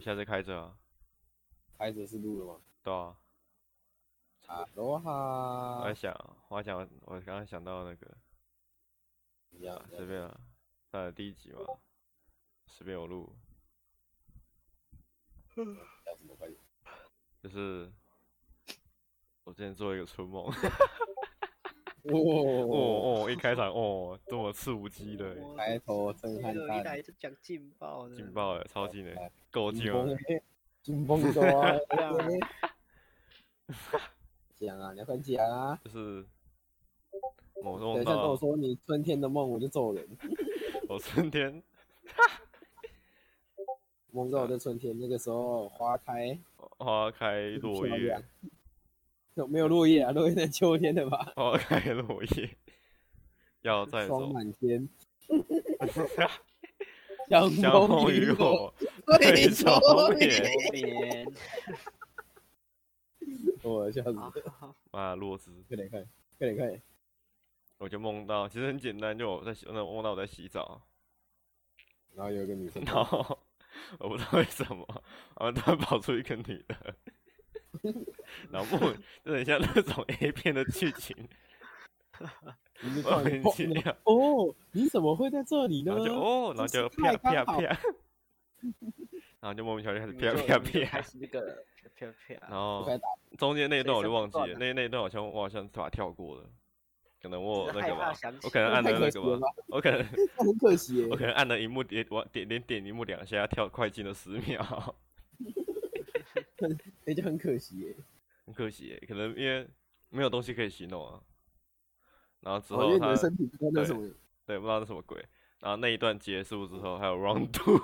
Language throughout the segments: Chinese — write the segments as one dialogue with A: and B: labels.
A: 下次开着啊，
B: 开着是录了吗？
A: 对啊。
B: 啊，罗
A: 我
B: 哈
A: 在，想，我在想，我我刚刚想到那个，
B: 一样
A: 啊随便啊，算了，第一集嘛，随便我录，
B: 讲什么快点？
A: 就是我之前做一个春梦，哦
B: 哇，
A: 哦，一开场哦，这么肆无忌惮，
B: 开头震撼
C: 有一
B: 弹，
C: 来就讲劲爆的，
A: 劲爆了，超劲的
B: 哎，
A: 够劲了，
B: 欸，金风说啊，
C: 对啊
B: 讲啊，你要快讲啊！
A: 就是我
B: 等
A: 梦
B: 一下跟我
A: 到
B: 说你春天的梦，我就揍人。
A: 我春天，
B: 梦到我在春天那个时候花开，
A: 花开落
B: 漂
A: 叶
B: 亮，有没有落叶啊？落叶在秋天的吧？
A: 花开落叶， 要再
B: 霜
A: 走，
B: 满天，相
A: 相
B: 逢
A: 逢于
B: 我，
A: 我，对愁
C: 多
A: 眠，
C: 眠。
B: 我哦笑死，
C: 好好好
A: 啊，落枝。
B: 快点快点快点快点！
A: 我就梦到，其实很简单，就我在洗，那我梦到我在洗澡，
B: 然后有一个女生，
A: 然后我不知道为什么，然后突然跑出一个女的，然后梦就很像那种 A 片的剧情，
B: 你就突
A: 我
B: 然
A: 很奇
B: 砰
A: 妙，
B: 哦，你怎么会在这里呢
A: 然后？就哦，然后
B: 真
A: 就是
B: 太
A: 啪啪
B: 刚好
A: 啪， 然后就莫名其妙就开始
C: 你们就
A: 啪
C: 你们就
A: 啪
C: 开
A: 啪，
C: 始那个啪啪
A: 然
C: 啪，
A: 后
B: 我开始打
A: 中间那一段我
C: 谁
A: 就忘记
C: 算
A: 了，
C: 啊
A: 那那一段好像我好像把它跳过了，可能我有
C: 只是
A: 那个
C: 害怕
A: 吧，
C: 想起
A: 我可能按
B: 太
A: 了
B: 可
A: 那
B: 惜
A: 个
B: 了吧
A: 吧，我可能
B: 那很可 惜耶
A: 我，可能按了荧幕点我点点点荧幕两下，跳快进了十秒。
B: 那哎就很可惜耶。
A: 很可惜耶，可能因为没有东西可以形容啊。然后之
B: 哦，因
A: 后
B: 为你
A: 他、
B: 的身体不知道那
A: 对
B: 什么，
A: 对不知道是什么鬼，然后那一段结束之后还有 round two，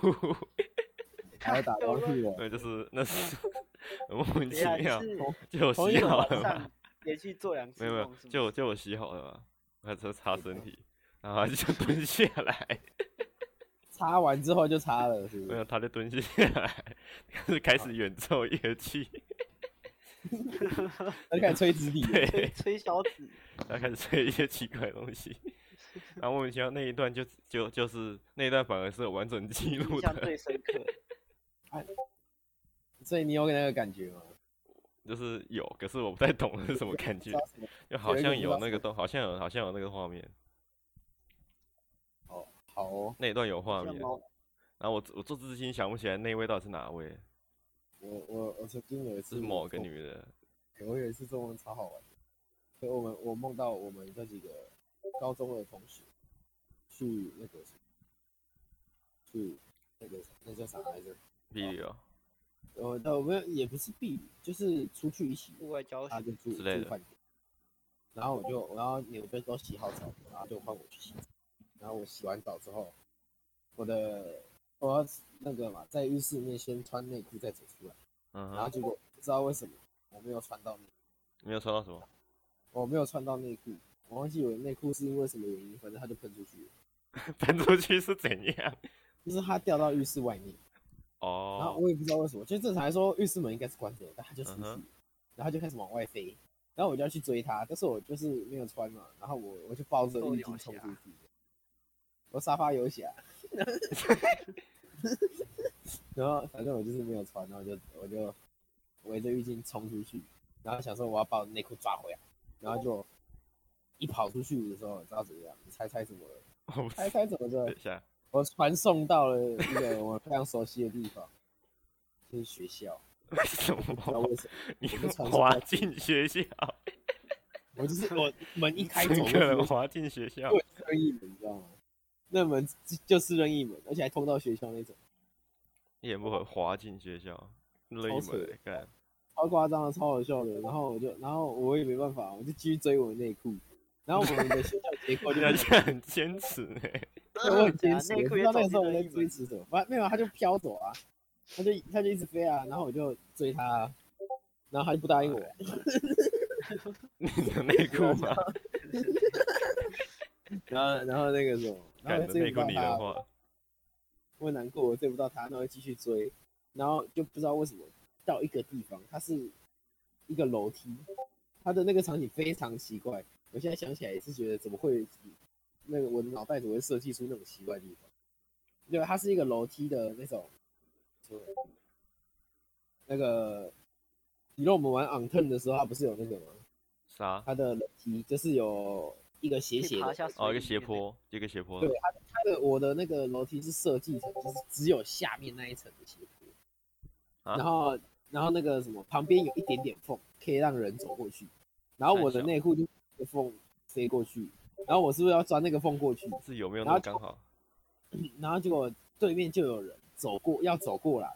B: 还要打招呼了。
A: 对，就是那 是很莫名
C: 对
A: 其妙
C: 呀，就，是
A: 就我
B: 同一
A: 洗
B: 个
A: 好
C: 晚
A: 了嘛，
C: 上连续做两次
A: 没有没有
C: 梦，是，吗
A: 就我就我洗好了嘛，我还在擦身体，然后他就蹲下来，
B: 擦完之后就擦了，是不
A: 没有
B: 是？
A: 他就蹲下来，开始开始演奏乐器，
B: 他就开始吹纸笔了，
A: 对
C: 吹，吹小指，
A: 他开始吹一些奇怪的 东西，然后莫名其妙那一段就就就是那一段反而是有完整记录的
C: 印象，最深刻。
B: 所以你有那个感觉吗？
A: 就是有，可是我不 太懂是什么感
B: 不
A: 觉
B: 知，道什么
A: 就好
B: 有一个
A: 像
B: 不知
A: 有
B: 道
A: 那
B: 什
A: 个
B: 么
A: 东，好像有，好像有那个画面，
B: 好哦，
A: 那一段有画
C: 像
A: 面。
C: 猫
A: 然后我我做至今想不起来那一位到底是哪位，
B: 我我我曾经有一次
A: 是某
B: 做
A: 个女的，
B: 我有一次做梦超好玩的，所以我们我梦到我们这几个高中的同学去那个什么去那个那叫啥来着？
A: 比哦，
B: 呃，但我们也不是避雨，就是出去一起，
C: 户外教
B: 他
C: 学，
B: 就住
A: 之类的
B: 住饭店，然后我就然后你们不是都洗好澡，然后就换我去洗澡，然后我洗完澡之后，我的我要那个嘛，在浴室里面先穿内裤再走出来，
A: 嗯
B: 然后
A: 哼，
B: 结果不知道为什么我没有穿到内裤。
A: 没有穿到什么，
B: 我没有穿到内裤，我忘记我的内裤是因为什么原因，反正它就喷出去了，
A: 喷出去是怎样？
B: 就是它掉到浴室外面，然后
A: 哦，
B: 我也不知道为什么，就正常来说浴室门应该是关着的，但它就出去了
A: 嗯哼
B: 然后就开始往外飞，然后我就要去追它，但是我就是没有穿嘛，然后我我就抱着浴巾冲出去，我沙发啊游侠， 然后反正我就是没有穿，然后就我就围着浴巾冲出去，然后想说我要把我内裤抓回来，然后就一跑出去的时候，你知道怎么样？你猜猜怎么了？
A: 我不
B: 猜
A: 知，
B: 猜怎么
A: 等
B: 着？
A: 一下，
B: 我传送到了一个我非常熟悉的地方， 就是学校。
A: 为什
B: 不知道
A: 么
B: 为什么，
A: 你
B: 就传送
A: 滑
B: 到这
A: 进学校？
B: 我就是 我门一开走
A: 整
B: 就
A: 个
B: 是
A: 人滑进学校，
B: 对任意门，你知道吗？那门就就是任意门，而且还通到学校那种，
A: 一言不合滑进学校，勒
B: 超
A: 一
B: 扯
A: 门欸干，
B: 超夸张的，超好笑的。然后我就，然后我也没办法，我就继续追我的内裤。然后我们的学校结构就
A: 人
B: 是
A: 家这样很坚持哎，
B: 我很
C: 对
B: 坚
C: 啊
B: 持，我
C: 内
B: 不
C: 裤
B: 知
C: 也
B: 道
C: 走
B: 那个
C: 进
B: 时候我
C: 了
B: 在
C: 一
B: 追
C: 门，
B: 持什么，反正没有，他就飘走啊，他就他就一直飞啊，然后我就追他啊，然后他就不答应我，
A: 你 的内裤嘛，
B: 然后然后那个什么，然后
A: 干
B: 我
A: 你的
B: 追
A: 内
B: 不
A: 裤
B: 到
A: 你的
B: 他，
A: 话，
B: 我很难过，我追不到他，那我继续追，然后就不知道为什么到一个地方，它是一个楼梯，它的那个场景非常奇怪，我现在想起来也是觉得怎么会，那个我的脑袋怎么会设计出那种奇怪的地方？对，它是一个楼梯的那种，什么那个，你让我们玩 on turn 的时候，它不是有那个吗？
A: 啥？
B: 它的楼梯就是有一个斜
C: 可
B: 斜
C: 以爬
B: 的，
C: 下水
A: 哦，一个
C: 里
A: 斜
C: 面的，
A: 坡，一个斜坡。
B: 对它的我的那个楼梯是设计成就是只有下面那一层的斜坡，
A: 啊
B: 然后然后那个什么旁边有一点点缝，可以让人走过去，然后我的
A: 太小
B: 内裤就一个缝飞过去，然后我是不是要钻那个缝过去？
A: 是有没有
B: 然
A: 那么
B: 后
A: 刚好？
B: 然后结果对面就有人走过，要走过来，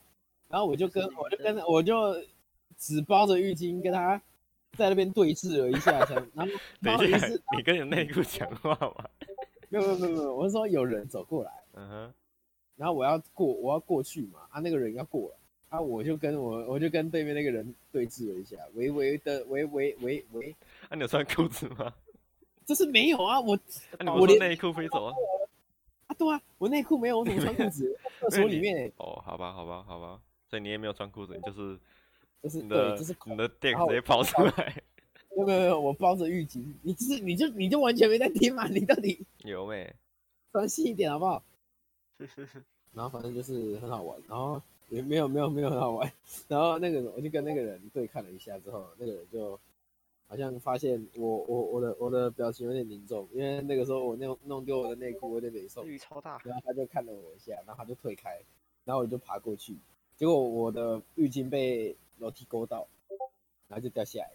B: 然后我就跟
C: 就是
B: 我就跟我就只包着浴巾跟他在那边对峙了一下，才然后
A: 等
B: 然后
A: 一
B: 于
A: 下
B: 是，
A: 你跟你内裤讲话吗？
B: 没有没有没有没有，我是说有人走过来，
A: 嗯哼，
B: 然后我要过我要过去嘛，啊那个人要过来，啊我就跟我我就跟对面那个人对峙了一下，微微的微微微微，
A: 啊，你有穿裤子 吗？
B: 这是没有啊，我
A: 啊，你不
B: 我
A: 是说
B: 连
A: 内裤 飞走啊？
B: 啊对啊，我内裤没有，我怎么穿裤子？我在厕所里面欸
A: 哦，好吧，好吧，好吧，所以你也没有穿裤子，你就是
B: 就是
A: 你
B: 对，
A: 的
B: 就是
A: 你的电
B: 然后
A: 直接跑出来，
B: 没有没有没有，我包着浴巾，你就是你就你就完全没在听嘛，你到底？
A: 有没？
B: 专心一点好不好？然后反正就是很好玩，然后也没有没有没有很好玩。然后那个我就跟那个人对看了一下之后，那个人就好像发现我我我的我的表情有点凝重，因为那个时候我弄弄丢我的内裤，我有点难受。
C: 雨超大，
B: 然后他就看了我一下，然后他就退开，然后我就爬过去，结果我的浴巾被楼梯勾到，然后就掉下来了。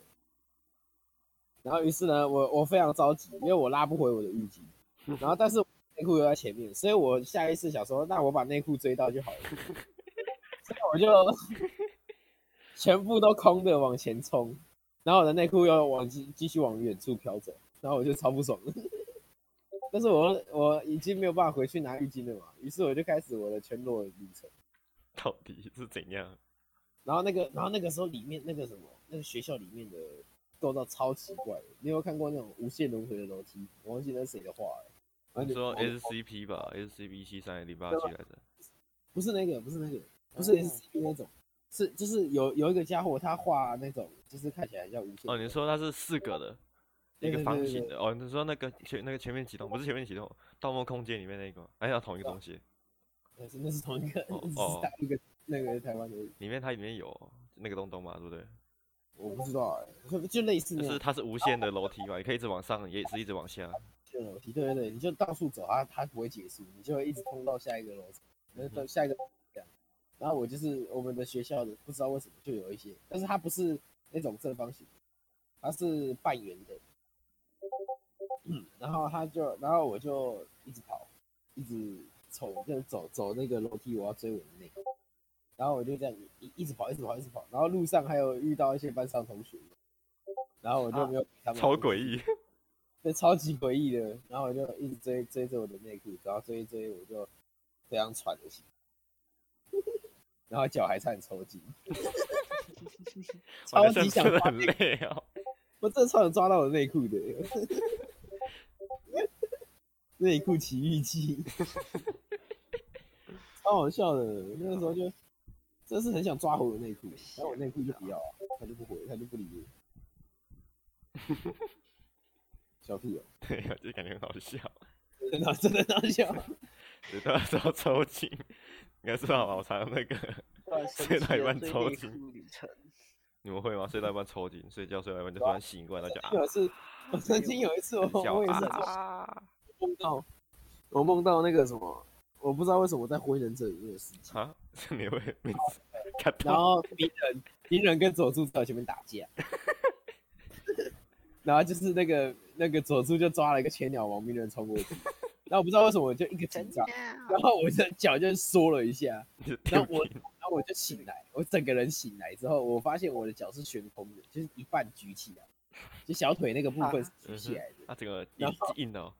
B: 然后于是呢，我我非常着急，因为我拉不回我的浴巾，然后但是内裤又在前面，所以我下意识想说，那我把内裤追到就好了，所以我就全部都空的往前冲，然后我的内裤又往继继续往远处飘走，然后我就超不爽的。但是我我已经没有办法回去拿浴巾了嘛，于是我就开始我的全裸旅程。
A: 到底是怎样？
B: 然后那个，然后那个时候里面那个什么，那个学校里面的构造超奇怪的。你有没有看过那种无限轮回的楼梯？我忘记那是谁的画了、然后就
A: 你说
B: 然后
A: SCP 吧，SCP 七三零八
B: 对啊
A: 七来着。
B: 不是那个，不是那个，不是
C: 哦
B: S C 那种，是就是有有一个家伙他画那种，就是看起来像无限
A: 哦，你说它是四个的，
B: 对
A: 一个
B: 对
A: 方
B: 对
A: 形
B: 对
A: 的。哦，你说那个前那个前面启动不是前面启动，《盗梦空间》里面那个吗，哎呀，同一个
B: 对啊
A: 东西，
B: 那是那是同一个，
A: 哦
B: 只
A: 哦
B: 是打一个那个台湾的，
A: 里面它里面有那个东东嘛，对不对？
B: 我不知道哎、就就类似
A: 就
B: 那
A: 是
B: 样
A: 它是无限的楼梯嘛，你可以一直往上，也是一直往下。
B: 的楼梯，对对对，你就到处走啊，它不会结束，你就会一直通到下一个楼层，然后到下一个这样。然后我就是我们的学校的，不知道为什么就有一些，但是它不是那种正方形，它是半圆的。嗯，然后他就，然后我就一直跑，一直走，就走走那个楼梯，我要追我的那个。然后我就这样一一直跑，一直跑，一直跑。然后路上还有遇到一些班上同学，然后我就没有给他们、
A: 超诡异，
B: 对，超级诡异的。然后我就一直追追着我的内裤，然后追一追，我就非常喘的心， 然后脚还差点抽筋，
A: 我
B: 超级想
A: 真的
B: 抓
A: 很
B: 内裤，
A: 累啊。
B: 我真的差点抓到我的内裤的。内裤奇遇记，超好笑的。那个时候就真是很想抓回我内裤，然后我内裤就不要啊，他就不回，他就不理我。小屁友， 哦
A: 对啊，就感觉很好笑，
B: 真的真的很好笑。
A: 对，都要要抽筋。应该知道吧？我常常那个，睡到一半抽筋
C: 旅程，
A: 你们会吗？睡到一半抽筋，睡觉睡到一半就
B: 对
A: 突
B: 啊
A: 然醒过来，然后就啊
B: 有是，我曾经有一次我，
A: 叫
B: 我也是很
A: 啊
B: 梦到，我梦到那个什么，我不知道为什么在火影忍者里面有事情，
A: 啊！是你会每次看
B: 然
A: 到
B: 后鸣人鸣人跟佐助在我前面打 架，然后就是那个那个佐助就抓了一个千鸟王，鸣人冲 过去，然后我不知道为什么我就一个紧张，然后我的脚就缩了一下，
A: 你就
B: 然
A: 跳
B: 后 我
A: 进
B: 然后我就醒来，我整个人醒来之后，我发现我的脚是悬空的，就是一半举起来，就小腿那个部分是举起来的。
A: 啊，整个
B: 然
A: 硬硬的哦，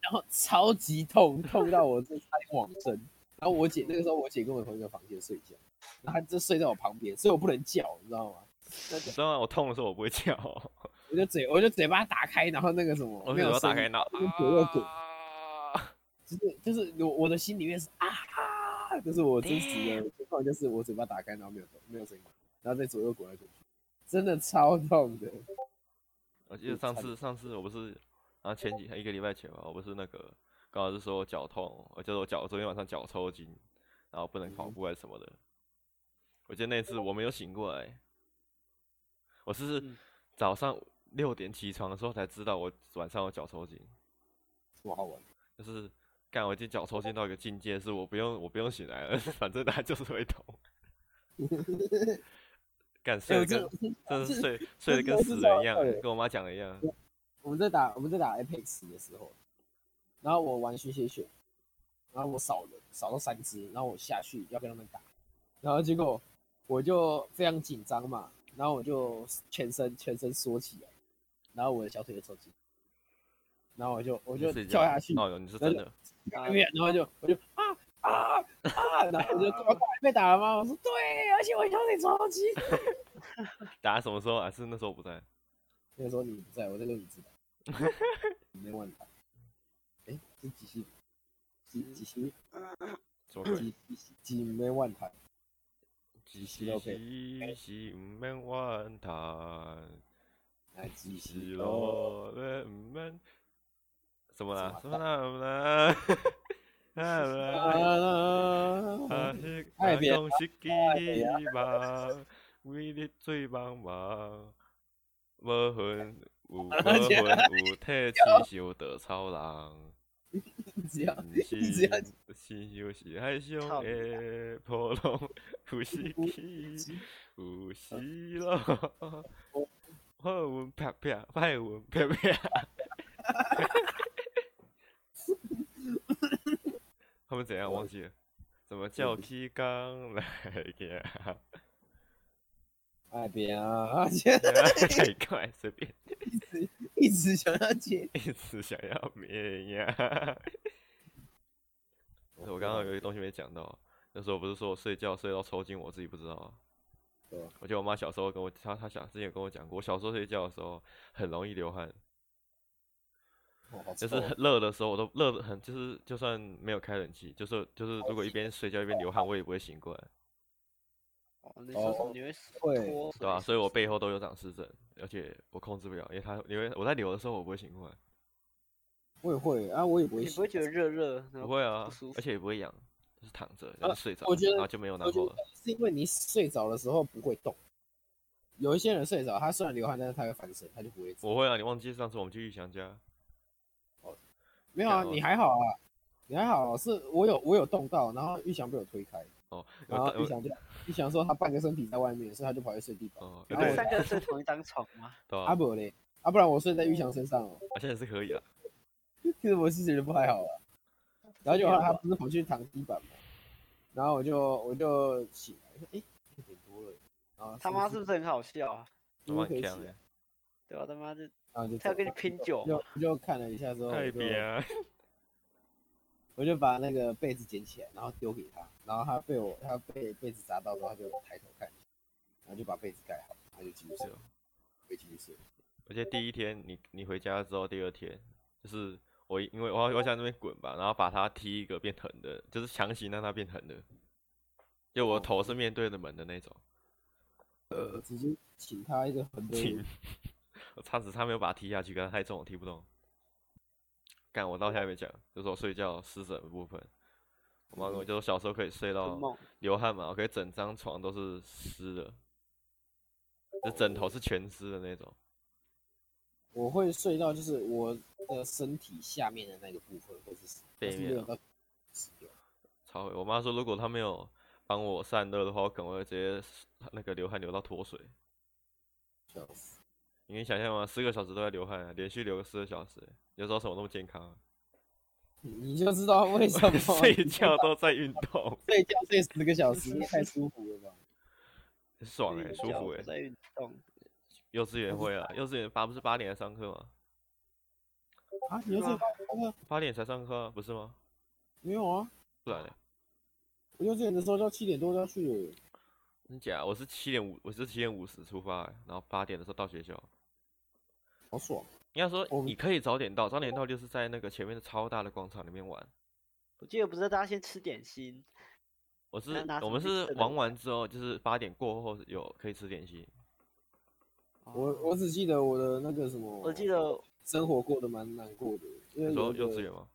B: 然后超级痛，痛到我这差点往生。然后我姐那个时候，我姐跟我同一个房间睡觉，然后她就睡在我旁边，所以我不能叫，你知道吗？
A: 你知道吗？我痛的时候我不会叫哦，
B: 我就嘴，我就嘴巴打开，然后那个什么，
A: 我
B: 没
A: 嘴
B: 有
A: 巴打
B: 声
A: 开
B: 音，
A: 然后
B: 那个左右滚
A: 啊，
B: 就是就是我我的心里面是啊，就是我真实的情况，就是我嘴巴打开，然后没有动没有声音，然后再左右滚来滚去，真的超痛的。
A: 我记得上次上次我不是啊前几一个礼拜前吧，我不是那个刚好是说我脚痛，我就是我脚昨天晚上脚抽筋，然后不能跑
B: 嗯
A: 步还是什么的，我我记得那次我没有醒过来，我是
C: 嗯
A: 早上六点起床的时候才知道我晚上有脚抽筋，
B: 什么好玩？
A: 就是干我已经脚抽筋到一个境界，是我不用我不用醒来了， 反正它就是会 痛。干睡
B: 哎我真
A: 得跟
B: 的我
A: 真的是
B: 是
A: 睡
B: 真的
A: 睡得
B: 是
A: 跟死
B: 这
A: 人
B: 样
A: 一样
B: 睡，
A: 跟我妈讲的一样。
B: 我们在打我们在打 Apex 的时候，然后我玩吸血犬，然后我扫人扫到三只，然后我下去要跟他们打，然后结果我就非常紧张嘛，然后我就全身全身缩起来，然后我的小腿就抽筋，然后我就我
A: 我
B: 就跳下去，
A: 哦哟，你是
B: 然
A: 真
B: 后
A: 的。
B: 然后就我就啊啊啊，然后我就这么快被打了吗？我说对，而且我小腿超级。
A: 打什么时候啊？是那时候不在。
B: 那个时候你不在，我在跟你知道， 没问题。哎、是几星？几
A: 嗯
B: 几星？
A: 什么鬼？
B: 几几几没万台？
A: 几
B: 西
A: 西
B: 洛佩
A: 西西唔免怨叹，
B: 哎，几
A: 西
B: 星哦？
A: 罗咩唔免。什么啦？什
B: 什
A: 么
B: 么
A: 啦？什么啦？啊啦！啊
B: 啊！
A: 是
B: 哎
A: 啊
B: 别
A: 恭喜
B: 哎别
A: 你吧，为你最茫茫。无魂有 无
B: 而
A: 魂
B: 且
A: 有体，痴想着草人。
B: 只要
A: 不啊是
B: 只要
A: 是就是海上
C: 操你
A: 的波浪，有时起，有时落。好运啪啪，歹运啪啪。他们怎样忘记了？怎么叫起刚来呀？
B: 哎别啊！现在
A: 太快，随便
B: 一直想要接。
A: 一直想要绵呀。我刚刚有一个东西没讲到，那时候不是说我睡觉睡到抽筋，我自己不知道啊。
B: 对啊
A: 我记得我妈小时候跟我，她她小之前有跟我讲过，我小时候睡觉的时候很容易流汗，
B: 哦好臭
A: 就是很热的时候我都热的很，就是就算没有开冷气，就是就是如果一边睡觉一边流汗，我也不会醒过来，
C: 哦，你说什么？你会
B: 会
C: 脱水？
A: 对吧、啊所以我背后都有长湿疹，而且我控制不了，因为它因为我在流的时候我不会醒过来，
B: 我也会啊，我也不会
C: 你不
B: 洗。
C: 会觉得热热？然
B: 嗯
A: 不
C: 后
A: 会啊
C: 舒，
A: 而
C: 服
A: 且也不会痒，就是躺着然
B: 啊
A: 后就睡着，
B: 我觉得
A: 然后就没有然
B: 我觉
A: 后
B: 得
A: 了。
B: 是因为你睡着的时候不会动。有一些人睡着，他虽然流汗，但是他会翻身，他就不会。
A: 我会啊，你忘记上次我们去玉祥家，
B: 没有啊，
A: 然后
B: 你还好啊，你还好、是我有我有动到，然后玉祥被我推开，
A: 哦，有
B: 然后
A: 大
B: 啊玉
A: 有
B: 祥就玉祥说他半个身体在外面，所以他就跑去睡地板。
A: 哦，
C: 你
A: 有
B: 然后
A: 对
C: 们
B: 我
C: 三个 人睡同一张床吗？
A: 对啊
B: 阿，伯嘞，啊不然我睡在玉祥身上哦，
A: 啊现在是可以了。
B: 其实我是觉得不太好了。然后就后来他不是跑去躺地板嘛，然后我就我就起来，说诶，六点多了，然后
C: 他妈是
B: 是
C: 不是很好笑啊？
A: 怎
B: 不
A: 么
B: 是可
A: 很
B: 以起
A: 强
B: 来
A: 欸？
C: 对啊吧、他妈就
B: 然后就
C: 他要
B: 走
C: 跟你拼酒嘛
B: 就就看了一下之后，
A: 太
B: 我就
A: 别啊！
B: 我就把那个被子捡起来，然后丢给他，然后他被我他被被子砸到之后，他就抬头看一下，然后就把被子盖好，他就继续睡，
A: 哦
B: 回继续睡。
A: 我记得第一天你你回家之后，第二天就是我因为我要我要在那边滚吧，然后把它踢一个变横的，就是强行让它变横的，就我的头是面对着门的那种，
B: 呃，直接请他一个很多
A: 亲，我差只差没有把它踢下去，可是太重我踢不动。干，我到现在还没讲，就是我睡觉湿疹的部分。我妈跟我就说小时候可以睡
C: 嗯很
A: 到
C: 猛，
A: 流汗嘛，我可以整张床都是湿的，就枕头是全湿的那种。
B: 我会睡到就是我的身体下面的那个部分会是
A: 背
B: 但是
A: 面
B: 没有
A: 啊
B: 到死掉，
A: 超会！我妈说，如果她没有帮我散热的话，我可能会直接那个流汗流到脱水。
B: 笑死。
A: 你能想象吗？四个小时都在流汗，啊连续流个四个小时，有时候怎么那么健康啊？
B: 你你就知道为什么 啊
A: 睡觉都在运动，
B: 睡觉睡十个小时，你也太舒服了吧？
A: 很爽哎、
C: 就是
A: 舒服
C: 脚
A: 哎、
C: 在运动，
A: 幼稚园会啊，幼稚园八不是八点才上课吗？
B: 啊，你就
C: 对
B: 是
C: 啊
A: 八点才上课啊、不是吗？
B: 没有啊？
A: 不然嘞，
B: 我幼稚园的时候就七点多就要去了，
A: 真假？我是七点五，我是七点五十出发、欸，然后八点的时候到学校。
B: 好爽。
A: 应该说
B: 我们
A: 你可以早点到，早点到就是在那个前面的超大的广场里面玩。
C: 我记得不是大家先吃点心，
A: 我是
C: 拿
A: 我
C: 手
A: 们
C: 机
A: 是
C: 吃的
A: 玩完之后，就是八点过后有可以吃点心。
B: 我我只记得我的那个什么，
C: 啊我记得
B: 生活过得蛮难过的，因为
A: 你说
B: 有
A: 幼
B: 的
A: 稚园吗？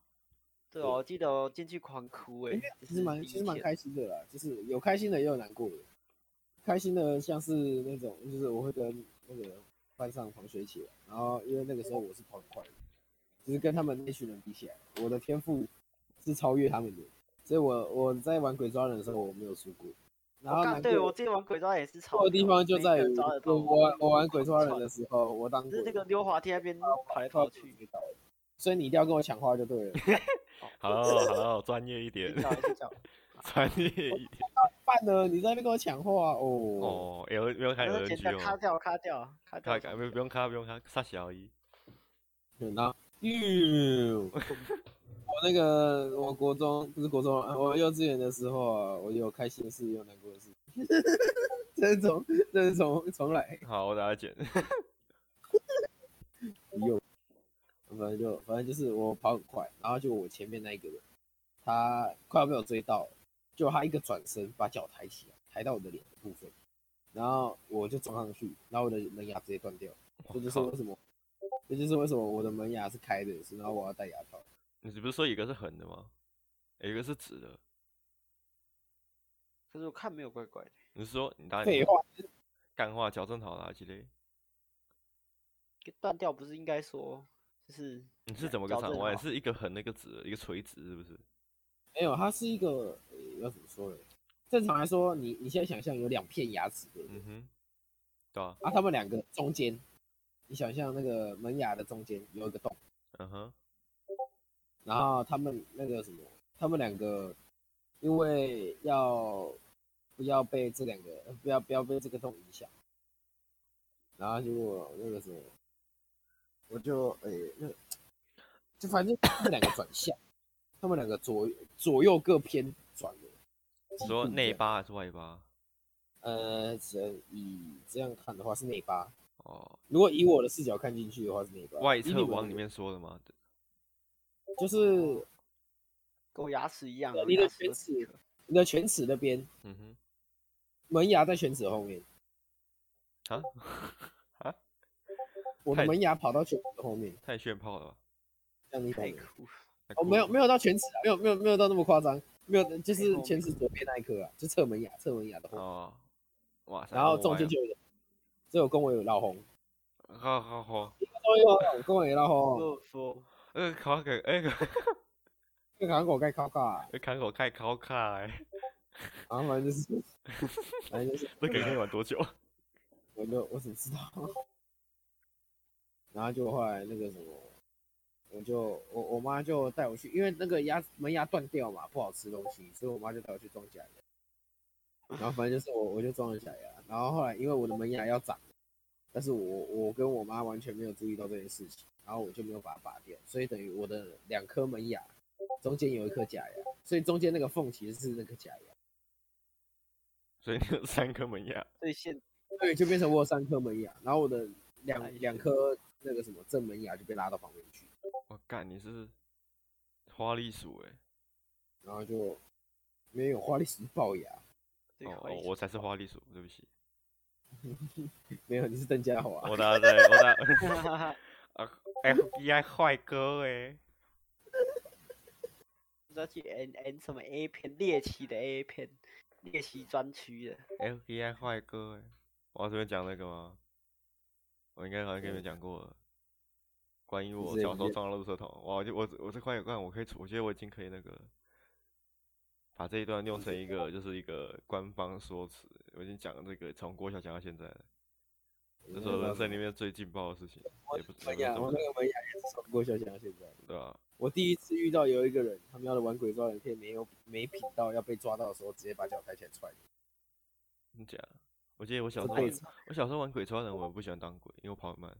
C: 对哦，我记得我进去狂哭哎、
B: 其实蛮其实蛮开心的啦，就是有开心的也有难过的。开心的像是那种，就是我会跟那个班上同学一起玩，然后因为那个时候我是跑很快的，只是跟他们那群人比起来，我的天赋是超越他们的，所以我我在玩鬼抓人的时候我没有输过。然后
C: 我
B: 难
C: 刚
B: 过
C: 对我之前玩鬼抓也是超
B: 错的地方就在于
C: 抓得，到
B: 我我玩我玩鬼抓人
C: 很
B: 的
C: 喘
B: 时候，我当
C: 就是
B: 鬼
C: 那个溜滑梯 那边跑来 跑去，
B: 所以你一定要跟我抢话就 对了。
A: 好好专业一
C: 一
A: 点，
C: 脚一 脚，
A: 专业一点。
B: 办了，你在那边跟我抢话哦。
A: 哦，L 不用看
C: 然后
A: LNG
C: 剪掉咔
A: 哦，
C: 掉咔掉咔
A: 卡
C: 掉，
A: 卡不用不用卡不用卡，杀小一。
B: 对然后，哟，我那个我国中不是国中，啊我幼稚园的时候啊，我有开心的事，也有难过的事。这是从这是从重来，
A: 好，我等下剪。
B: 有，反正就反正就是我跑很快，然后就我前面那一个人，他快要被我追到了，就他一个转身把脚抬起来，抬到我的脸的部分，然后我就撞上去，然后我的门牙直接断掉。这就是
A: 靠
B: 为什么，这就是为什么我的门牙是开的，也是然后我要戴牙套。
A: 你不是说一个是横的吗？有一个是直的。
C: 可是我看没有怪怪的，
A: 你是说你打啊你
B: 废话，
A: 干话矫正好垃圾嘞？
C: 给断掉不是应该说就是
A: 你是怎么个
C: 矫
A: 长
C: 正啊
A: 弯？
C: 好
A: 是一个横的，一个直的，一个垂直，是不是？
B: 没有，它是一个、呃要怎么说呢？正常来说，你你现在想象有两片牙齿，对不对？
A: 嗯哼，对啊，
B: 啊，它们两个中间，你想象那个门牙的中间有一个洞，
A: 嗯哼，
B: 然后它们那个什么，它们两个因为要不要被这两个呃不要不要被这个洞影响，然后结果那个什么，我就诶、那就反正他们两个转向，他们两个左左右各偏转了。
A: 你说
B: 几度
A: 内
B: 这样？
A: 八还是外八？
B: 呃，只能以这样看的话是内八。
A: 哦，
B: 如果以我的视角看进去的话是内八。
A: 外
B: 以
A: 侧
B: 你们
A: 往
B: 的
A: 里面缩的吗？
B: 就是
C: 跟我牙齿一样，
B: 对
C: 我
B: 你的
C: 牙齿
B: 全
C: 都
B: 齿
C: 是一颗
B: 你的犬齿那边，
A: 嗯
B: 门牙在犬齿后面，
A: 哼，啊，
B: 我的
A: 太
B: 门牙跑到犬齿后面，
A: 太炫炮了吧！
B: 这样你懂
C: 太
B: 吗？
C: 酷了，
A: 太
B: 哦，
A: 酷
B: 没
A: 了
B: 有没有到全齿啊，没有没有没有到那么夸张，没有就是
C: 后面
B: 全齿左边那一颗啊，就侧门牙侧门牙的后面，
A: 哦，哇塞！
B: 然后
A: 那么
B: 中
A: 歪
B: 间
A: 啊
B: 就有一个，只有跟我有绕红，
A: 好好好，
B: 终于有绕红跟我有绕红，
C: 我说
A: 呃，考给哎，
B: 这个跟我盖高高啊，
A: 砍口开考卡哎，
B: 然后反正就是 反正就是
A: 这个可以玩多久？
B: 我就我只知道，然后就后来那个什么，我就我我妈就带我去，因为那个牙门牙断掉嘛，不好吃东西，所以我妈就带我去装假牙。然后反正就是我我就装了假牙，然后后来因为我的门牙要长，但是我我跟我妈完全没有注意到这件事情，然后我就没有把它拔掉，所以等于我的两颗门牙中间有一颗假牙，所以中间那个缝其实是那颗假牙。
A: 所以你有三颗门牙，
C: 对现
B: 对，就变成我有三颗门牙，然后我的
C: 哎
B: 两两颗那个什么正门牙就被拉到旁边去，
A: 我干你是花栗鼠哎！
B: 然后就没有花栗鼠龅牙，
C: 对
A: 哦
C: 花
A: 哦
C: 栗，鼠
A: 我才是花栗鼠，对 不起，
B: 没有你是邓家华，
A: 我等下再我 等下
C: 哈 哈，
A: 啊 FBI 坏哥哎，
C: 要去 N N 什么 A 片猎奇的 A 片猎奇专区的，
A: FBI 坏哥哎，我要这边讲那个吗？我应该好像跟你们讲过了，关于
B: 不
A: 我
B: 是
A: 小时候
B: 你
A: 撞到垃圾桶，哇我就我我这块有关，我可以处，我觉得我已经可以那个了把这一段用成一个就是一个官方说辞，我已经讲了这个从国小讲到现在了，
B: 嗯
A: 这是我人生里面最劲爆的事情，也不也
B: 门牙，
A: 不是这
B: 我
A: 么
B: 那个门牙也是超过小强现在。
A: 对吧？
B: 我第一次遇到有一个人，他们要的玩鬼抓人片没有没品到要被抓到的时候，直接把脚抬起来踹你，
A: 你讲，我记得我小
B: 这
A: 时候
B: 太
C: 哎
A: 玩
B: 扯了
A: 我小时候玩鬼抓人，我不喜欢当鬼，因为我跑很慢。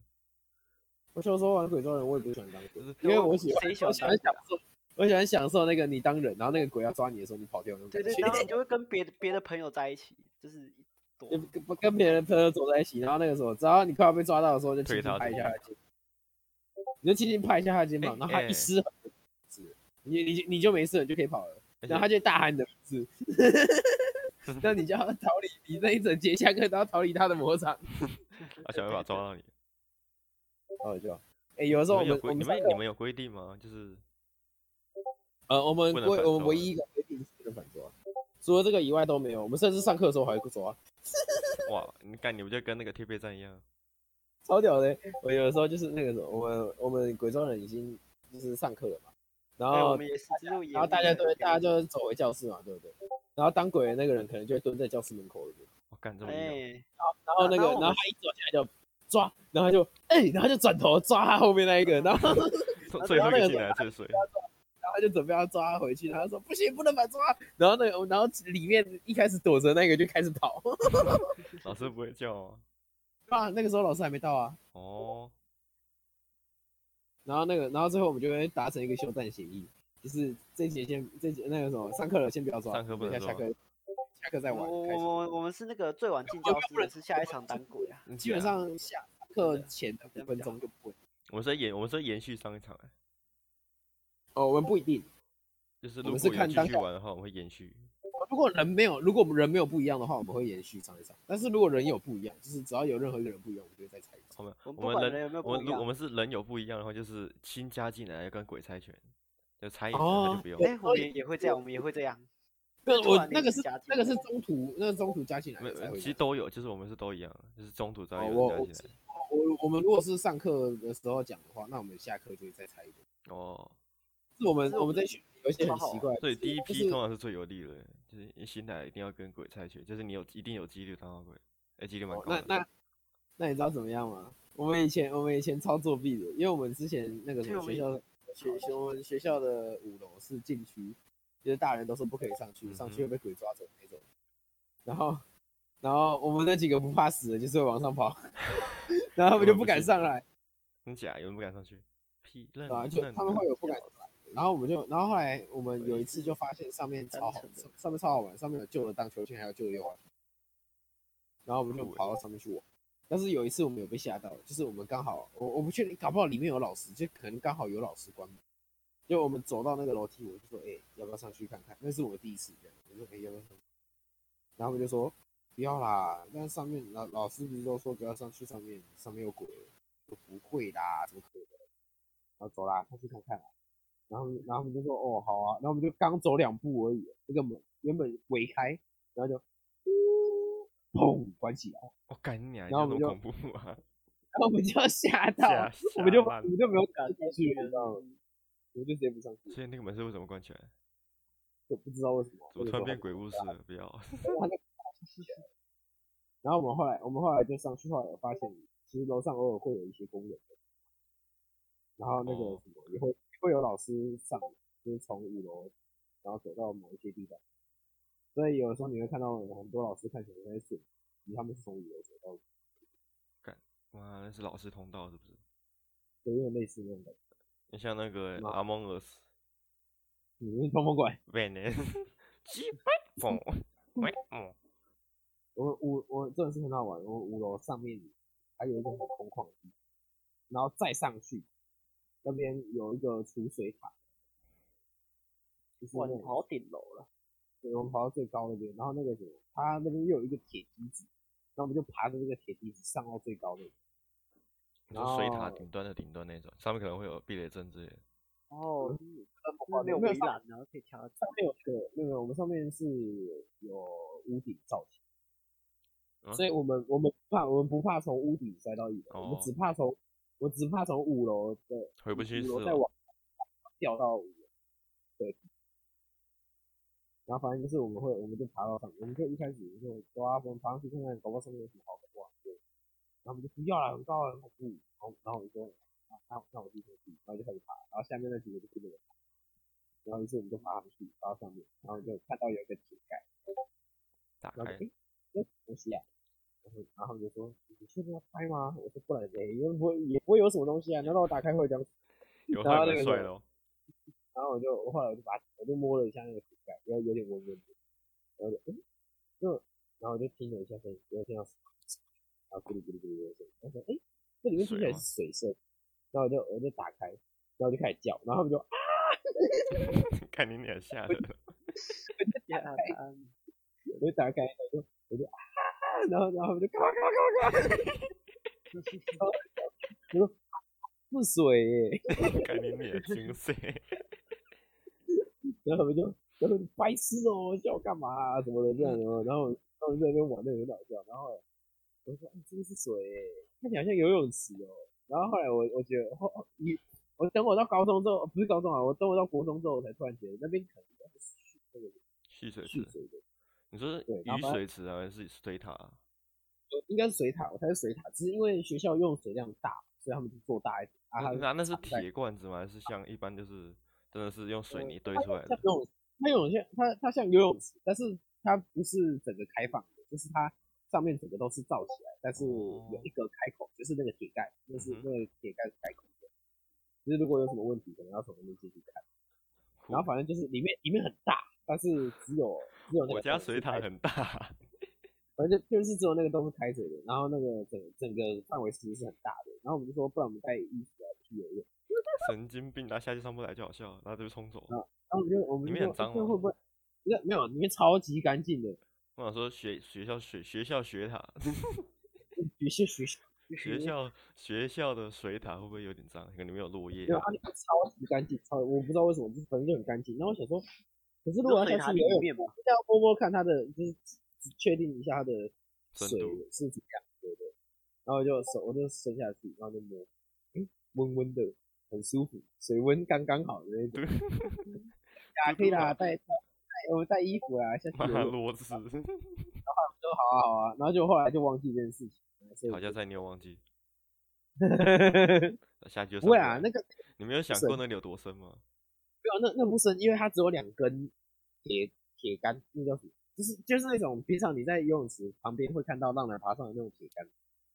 B: 我小时候玩鬼抓人，我也不喜欢当鬼
A: 就是，
B: 因为我喜欢
C: 嗯谁喜欢
B: 我喜欢享受，我喜欢享受那个你当人，然后那个鬼要抓你的时候你跑掉那种
C: 对
B: 感
C: 对，
B: 觉
C: 然。后你就会跟别的别的朋友在一起，就是一躲
B: 就跟跟别人朋友走在一起，然后那个时候，只要你快要被抓到的时候，就轻
A: 推
B: 轻
A: 他
B: 拍一
A: 走
B: 下他的肩膀，你就轻轻拍一下他的肩膀，
A: 哎
B: 然后他
A: 哎
B: 一失衡，你你就你就没事了，你就可以跑了，
A: 而
B: 然后
A: 且
B: 他就大喊你的名字， 那你就要逃离，你那一整节下课都要逃离他的魔掌。
A: 他啊想办法抓到你。
B: 哦，就，哎，有的时
A: 你
B: 候我们
A: 们有规
B: 我
A: 你
B: 们
A: 们
B: 上
A: 你
B: 课
A: 们有规定吗？就是
B: 呃，我们
A: 不能
B: 规
A: 反啊
B: 我们
A: 抓
B: 啊唯一一个规定是不能反抓，除了这个以外都没有，我们甚至上课的时候还会抓。啊
A: 哇，你干你不就跟那个贴背战一样？
B: 超屌的。欸我有的时候就是那个什么，我们我们鬼州人已经就是上课了嘛，然
C: 对，我
B: 后
C: 们也是这种
B: 哦然后大家都会大家就会走回教室嘛，对不对？然后当鬼的那个人可能就会蹲在教室门口那边，
A: 我干这么厉害，
C: 哎，
B: 然后
C: 啊
B: 那
C: 然
B: 个
C: 后
B: 然
C: 我
B: 后
C: 们
B: 他一走下来就抓，然后他就哎、然后他就转头抓他后面那一个，然后
A: 最
B: 后
A: 最后
B: 那
A: 一个
B: 个
A: 进
B: 人
A: 来最水，
B: 然后他就准备要抓他回去，然后他说不行，不能把他抓。然后那个，然后里面一开始躲着那个就开始跑。
A: 老师不会叫啊。
B: 啊，那个时候老师还没到啊。
A: 哦，
B: 然后那个，然后最后我们就会达成一个休战协议，就是这节先这节那个什么上课了先不要抓，
A: 上课不能
B: 等一下下
A: 抓哦
B: 课下课再
C: 我
B: 玩。
C: 我
B: 开始
C: 我我们是那个最晚进教室的，是下一场当鬼啊。
A: 你
B: 基本
A: 假
B: 上下课前的五分钟就不会。
A: 我们是在延我们是在延续上一场、欸，
B: 哦，我们不一定，
A: 就是
B: 我
A: 如
B: 们
A: 果
B: 是
A: 有
B: 看
A: 继
B: 当
A: 续
B: 下
A: 玩的话，我们会延续。
B: 如果人没有，如果我们人没有不一样的话，我们会延续上一场。但是如果人有不一样，就是只要有任何一个人不一样，我们就会再猜一次。
A: 我们
C: 我们
A: 我
C: 不管
A: 人
C: 人有没有
A: 我
C: 不
A: 们
C: 一
A: 如我
C: 样。
A: 们是人有不一样的话，就是新加进来要跟鬼猜拳，就猜一拳他
B: 哦
A: 就不用。
C: 哎，我们也也会这样，我们也会这样。
B: 那
C: 突
B: 我
C: 然
B: 那
C: 临
B: 个
C: 时
B: 是
C: 加进
B: 那个
C: 来
B: 是中途，那个中途加进来
A: 没
B: 的才
A: 有，
B: 会
A: 其实
B: 加
A: 都有，就是我们是都一样的，就是中途只要
B: 哦
A: 有
B: 我
A: 人
B: 我
A: 加进来。
B: 我我们如果是上课的时候讲的话，那我们下课就会再猜一遍。
A: 哦，
B: 是我们
C: 是我
B: 我们
C: 们
B: 这群有一些
C: 超
B: 很
C: 好
B: 奇
C: 玩
B: 怪的事，
A: 所以第一
B: 就
A: 批
B: 是
A: 通常是最有利的，就是新来一定要跟鬼猜拳，就是你有一定有几率当到鬼，哎、几率蛮
B: 哦
A: 高
B: 那
A: 的。
B: 那那你知道怎么样吗？我们以前我们以前超作弊的，因为我们之前那个什
C: 对
B: 么
C: 我们
B: 学
C: 以
B: 校学学我们学校的五楼是禁区，就是大人都说不可以上去，上去会被鬼抓走那种。然后然后我们那几个不怕死的，就是会往上跑，然后他们就不敢上来，
A: 真假有人不敢上去，屁
B: 对
A: 愣
B: 吧？就
A: 愣
B: 他们会
A: 的
B: 有不敢上来。然后我们就，然后后来我们有一次就发现上面超好
C: 单纯，的
B: 上面超好玩，上面有旧的荡秋千，还有旧的溜滑梯。然后我们就跑到上面去玩。但是有一次我们有被吓到，就是我们刚好，我我不确定，搞不好里面有老师，就可能刚好有老师关门。就我们走到那个楼梯，我就说：“哎、要不要上去看看？”那是我第一次这样，我说：“哎、要不要上去？”然后我们就说：“不要啦，那上面老老师不是都说不要上去，上面上面有鬼。”我说：“不会啦，怎么可能？”然后走啦，上去看看啦。然后他们然后我们就说：“哦，好啊。”然后我们就刚走两步而已，那个门原本围开，然后就砰关起来。
A: 我干你娘，
B: 然后
A: 就
B: 我
A: 这么
B: 们
A: 恐 怖啊！
B: 然后我们就吓到，
A: 吓
B: 我们就
A: 吓烂
B: 我们就没有敢上去，你知道吗？我们就直接不上去，
A: 所以那个门是为什么关起来？
B: 就不知道为什么。
A: 怎
B: 那
A: 么
B: 个
A: 突然
B: 时候
A: 变鬼故
B: 啊
A: 事了？不要，
B: 然后我们后来，我们后来就上去，后来有发现，其实楼上偶尔会有一些工人，然后那个
A: 哦
B: 什么也会会有老师上来，就是从五楼，然后走到某一些地方，所以有的时候你会看到有很多老师看起来在睡，其实他们是从五楼走到五
A: 妈那是老师通道是不是？
B: 楼，有点类似那种感觉。
A: 你像那个、欸、
B: 那
A: Among Us
B: 你们是通风管？
A: Van 欸 鸡掰嘣喂嗯
B: 我五我真的是很好玩，我五楼上面还有一个很空旷的地方，然后再上去那边有一个储水塔，就是
C: 哇，
B: 那
C: 你
B: 种
C: 跑到顶楼了，
B: 对，我们跑到最高那边，然后那个什么，它那边又有一个铁梯子，然后我们就爬着那个铁梯子上到最高那里。
A: 你说水塔
B: 哦
A: 顶端的顶端那种，上面可能会有避雷针之类的。
C: 哦，就是没
B: 没有
C: 有围
B: 上
C: 栏，然后可以跳到。
B: 上面有个那个，我们上面是有屋顶罩起来，
A: 啊
B: 所以我们我们不怕我们不怕从屋顶摔到一楼，我
A: 哦
B: 们只怕从我只怕从五楼的
A: 回不哦去
B: 五
A: 四
B: 楼再
A: 楼，
B: 往掉到五楼，对。然后反正就是我们会，我们就爬到上面，我们就一开始就说啊，我们爬上去看看，搞不好上面有什么好玩的。然后我们就不要了，很高了，很恐怖。然后然后我就说，啊，那那我自己上去，然后就开始爬，然后下面那几个就跟着我爬。然后于是我们就爬上去，爬到上面，然后就看到有一个铁盖，
A: 打
B: 然后
A: 开
B: 就哎，那什么东西啊？然后然后他们就说，你确定要拍吗？我说不然嘞，因为不会也不会有什么东西啊，难道我打开会有僵尸？
A: 有
B: 然后
A: 换
B: 那
A: 门
B: 个
A: 帅
B: 什么
A: 哦喽。
B: 然后我就我后来我就把我就摸了一下那个瓶盖，然后有点温温的，然后就嗯，就然后我就听了一下声音，然后听到，然后咕噜咕噜咕噜的声音，我说哎，这里面听起来是水声，然后我就我就打开，然后我就开始叫，然后他们就啊
A: 看你脸吓的，
C: 呀嗯
B: 我就打开，我就我就啊，然后然后他们就干嘛干嘛干嘛干嘛，我说是水耶、
A: 看你脸 惊色。
B: 然后他们就，然后他们就白痴哦、叫我干嘛啊什么的这样的，然后，然后他们在那边玩的很搞笑。然后后来我说，哎，这个是水欸，看起来像游泳池哦。然后后来我我觉得，后一我等我到高中之后，不是高中啊，我等我到国中之后，我才突然觉得那边可能应该是蓄那个
A: 蓄水
B: 蓄
A: 池，
B: 水的，
A: 你说是
B: 对然后
A: 雨
B: 把它
A: 水池啊还是水塔啊？
B: 应该是水塔，我猜是水塔，只是因为学校用水量大，所以他们就做大一点啊。他
A: 那
B: 们
A: 那那是
B: 藏在
A: 铁罐子吗？还是像一般就是真的是用水
B: 呃
A: 泥堆
B: 它
A: 出来
B: 像
A: 的？
B: 游泳池，它游泳像它它像游泳池，但是它不是整个开放的，就是它上面整个都是罩起来，但是有
A: 哦
B: 一个开口，就是那个铁盖，就是
A: 嗯哼
B: 那个铁盖是开口的。就是如果有什么问题，可能要从那边进去看。
A: 酷
B: 然后反正就是里面里面很大，但是只有只有那个
A: 我家
B: 洞是
A: 水塔
B: 开
A: 很大，
B: 反正就就是只有那个都是开水的，然后那个整整个范围其实是很大的。然后我们就说，不然我们带衣服来去游泳。
A: 神经病！他下去上不来就好笑，然后就冲走。
B: 啊然后我们就我们
A: 里
B: 就
A: 面很
B: 说哎
A: 脏
B: 这
A: 吗
B: 会不会？那没有，啊里面超级干净的，
A: 我想说学学校水学校学塔，
B: 学校学校
A: 学校学校的水塔会不会有点脏？可能里面有落叶
B: 没有，
A: 啊。
B: 它那个超级干净，超我不知道为什么，就是反正就很干净。然后我想说，可是如
C: 都
B: 果要
C: 水塔
B: 下去
C: 里
B: 游泳，
C: 面嘛
B: 要摸摸看它的，就是确定一下它的
A: 深
B: 水
A: 度
B: 是怎么样，对对。然后我就手我就伸下去，然后就摸，诶，温温的，很舒服，水温刚刚好的那种。 啊，可以啦，带带我们带衣服啦，下去
A: 妈
B: 游泳
A: 罗子，
B: 都好啊好啊。然后就后来就忘记这件事情，所以
A: 好像在牛忘记。下去 就
B: 不会
A: 上
B: 啊，
A: 来
B: 那个
A: 你没有想
B: 深
A: 过那里有多深吗？
B: 没有，那那不深，因为它只有两根铁铁杆，那叫什么？就是就是那种平常你在游泳池旁边会看到浪人爬上的那种铁杆，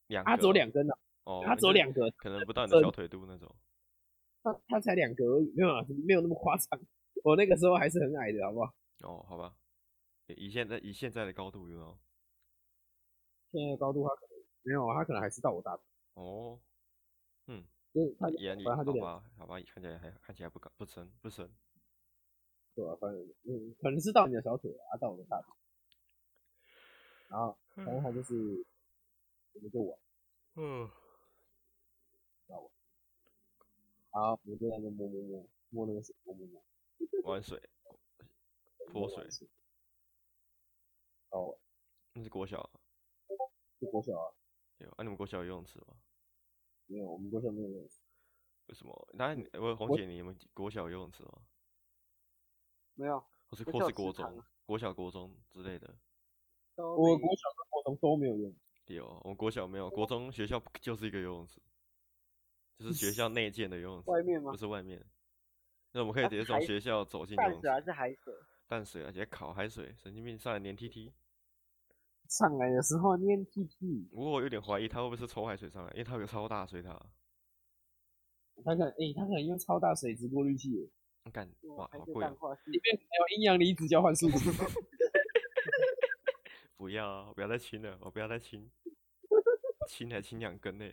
A: 两
B: 它
A: 个
B: 只有两根的、
A: 哦，
B: 它
A: 你
B: 只有
A: 这
B: 两个，
A: 可能不到你的
B: 深
A: 小腿肚那种。
B: 它它才两个而已，没有啊没有那么夸张。我那个时候还是很矮的，好不好？
A: 哦，好吧，以以现在以现在的高度，you know，
B: 现在的高度它可能没有啊，它可能还是到我大腿，
A: 哦，
B: 就是它
A: 眼里
B: 反正
A: 好
B: 它就两
A: 吧，好吧，看起来还看起来不高不深不深，
B: 对啊，反正嗯，可能是到你的小腿啊，到我的大腿。然后反正它就是我们就玩，
A: 嗯，
B: 然后我们就在那边摸摸摸摸那个水，摸摸摸。
A: 玩水泼水，
B: 哦，
A: 那是国小啊，
B: 是国小啊，
A: 有啊，你们国小有游泳池吗？
B: 没有，我们国小没有游泳池，
A: 为什么？那你我红
B: 我
A: 姐，你们国小有游泳池吗？
C: 没有，
A: 或是
C: 国
A: 或
C: 小啊
A: 是
C: 池
A: 国
C: 塘
A: 中、国小、国中之类的？
C: 都
B: 我
C: 没
B: 国小跟国中都没有游泳池，
A: 有，我们国小没有，国中学校就是一个游泳池，就是学校内建的游泳池，
C: 外面吗
A: 不？是外面。那我们可以
C: 它
A: 直接
C: 是
A: 从
C: 海
A: 学校走进游
C: 淡
A: 泳
C: 水啊还
A: 池，
C: 是海水？
A: 淡水啊，直接烤海水，神经病，上来连 T T。
B: 上来的时候念 T T，
A: 不过我有点怀疑他会不会是抽海水上来，因为他有个超大的水塔。
B: 他可能诶、他可能用超大水质过滤器耶，
A: 干哇，
C: 还
A: 好
C: 是
A: 贵
C: 淡
A: 哦！
C: 化系？
B: 里面还有阴阳离子交换数值，
A: 不要啊，我不要再亲了，我不要再亲，亲还亲两根呢、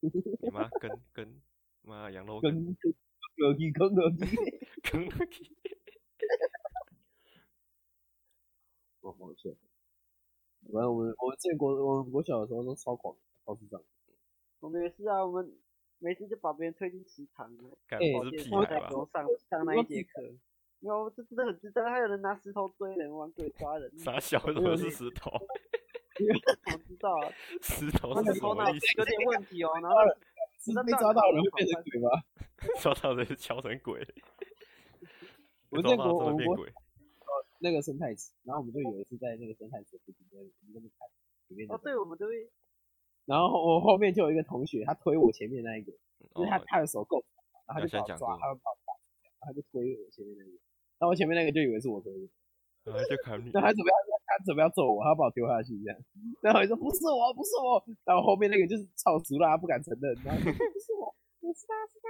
A: 你妈根根，妈羊肉根
B: 跟跟隔壁跟隔壁，
A: 根
B: 我抱歉，反正我们我们建国我们国小的时候都超狂，超智障，
C: 我们也是啊，我们每次就把别人推进池塘了。
A: 干
B: 哎
A: 不
C: 我
A: 是
C: 记得
A: 屁
B: 我
C: 我
A: 孩
C: 在
A: 吧？
C: 楼上上那
B: 我
C: 一节课，没有，这真的很智障。还有人拿石头追人，玩鬼抓人，
A: 傻小子
B: 有
A: 是
B: 那
A: 石头，
C: 我知道啊，
A: 石头
C: 他的
A: 是什
C: 头脑
A: 么意思？
C: 有点问题哦。然后
B: 是被抓到人会变成鬼吗？
A: 抓到人敲成 鬼，哎
B: 我
A: 抓
B: 见
A: 到
B: 过我
A: 真的
B: 们
A: 变
B: 国
A: 鬼。
B: 那个生态池，然后我们就有一次在那个生态池附近在那边看里面的
C: 哦，对，我们都会
B: 然后我后面就有一个同学，他推我前面那一个，因
A: 哦
B: 为，他他的手够长，然后他就
A: 有先
B: 把我
A: 讲
B: 抓，
A: 过
B: 他就把我抓起来，然后他就推我前面那个，然后我前面那个就以为是我推的，
A: 然后啊就砍你
B: 那，他准备要他准备要揍我，他把我丢下去这样，然后我就说不是我，不是我，然后后面那个就是操足了，他不敢承认，然后就说不是我，不是他，是他，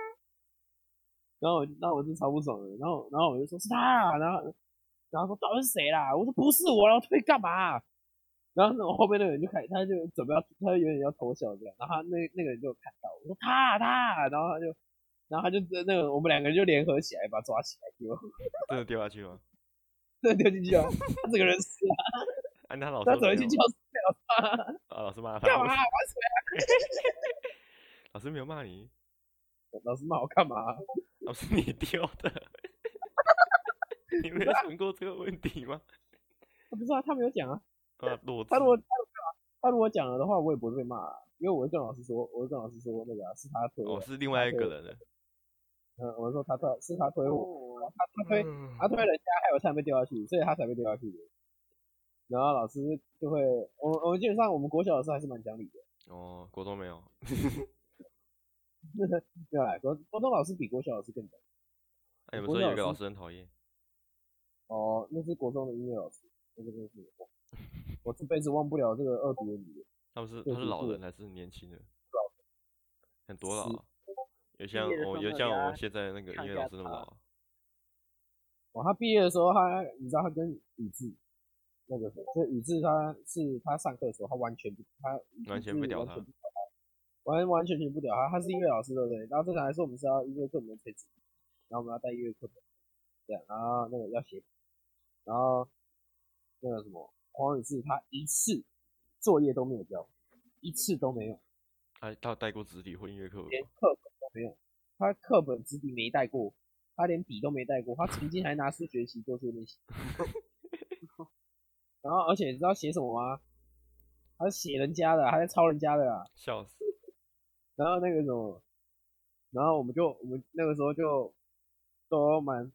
B: 然后我然后我就超不爽的，然后然后我就说是他啊，然后然后说到底是谁啦？我说不是我，然后推干嘛、啊然后那我后面那个人就开，他就准备要，他就有点要投降这样，然后他那那个人就看到我说他啊他啊，然后他就，然后他就那个我们两个人就联合起来把他抓起来，丢，
A: 真的掉下去吗？
B: 真的 丢进去啊，他整个人死了，
A: 啊，那他老 师
B: 他
A: 有
B: 走
A: 没
B: 进
A: 有
B: 去要死掉，
A: 啊，老师骂 他
B: 干，嘛、啊？
A: 老师没有骂你，
B: 老师骂 我干嘛、啊
A: 老师你 丢 的，你没有想过这个问题吗？
B: 他不知道，他没有讲啊。
A: 他弱智
B: 他如果他如果他如果讲了的话，我也不会被骂、啊，因为我会跟老师说，我会跟老师说那个啊、是他推我
A: 哦，，是另外一
B: 他
A: 个
B: 会
A: 人了。
B: 嗯，我说他推是他推我，
C: 哦，
B: 他他推
A: 嗯
B: 他推人家，害我差点被丢下去，所以他才被丢下去的。然后老师就会，我们我们基本上我们国小老师还是蛮讲理的，
A: 哦，国中没有，
B: 对吧？国国中老师比国小老师更讲理。
A: 哎，你们
B: 国
A: 说
B: 中
A: 有一
B: 老
A: 个老
B: 师
A: 师很讨厌，
B: 哦，那是国中的音乐老师，那个真的是我，我这辈子忘不了这个恶毒的女人。
A: 他们是
B: 对
A: 他是
B: 对
A: 老
B: 对
A: 人还是年轻人？很多老
B: 是
A: 啊，有像
C: 业的
A: 我
C: 时候
A: 有
C: 大
A: 像我
C: 家
A: 们现在那个音
C: 看一
A: 乐老
C: 下
A: 师那么
C: 他
A: 老啊，
B: 哦哇，他毕业的时候他，你知道他跟宇智那个谁，就宇智他是他上课的时候，他完全不，他宇
A: 完
B: 智
A: 全不屌
B: 完
A: 他
B: 全不屌他，完完全全不屌他，他是音乐老师对不对？然后正常来说我们是要音乐课本的配置，然后我们要带音乐课本，这样，然后那个要写，然后那个什么黄宇智他一次作业都没有交，一次都没有，
A: 他他有带过纸笔或音乐课本
B: 连
A: 吗，
B: 课本都没有，他课本纸笔没带过，他连笔都没带过，他曾经还拿数学习做作业练习。然后，而且你知道写什么吗？他写人家的，还在抄人家的啊。
A: 笑死！
B: 然后那个什么，然后我们就我们那个时候就都蛮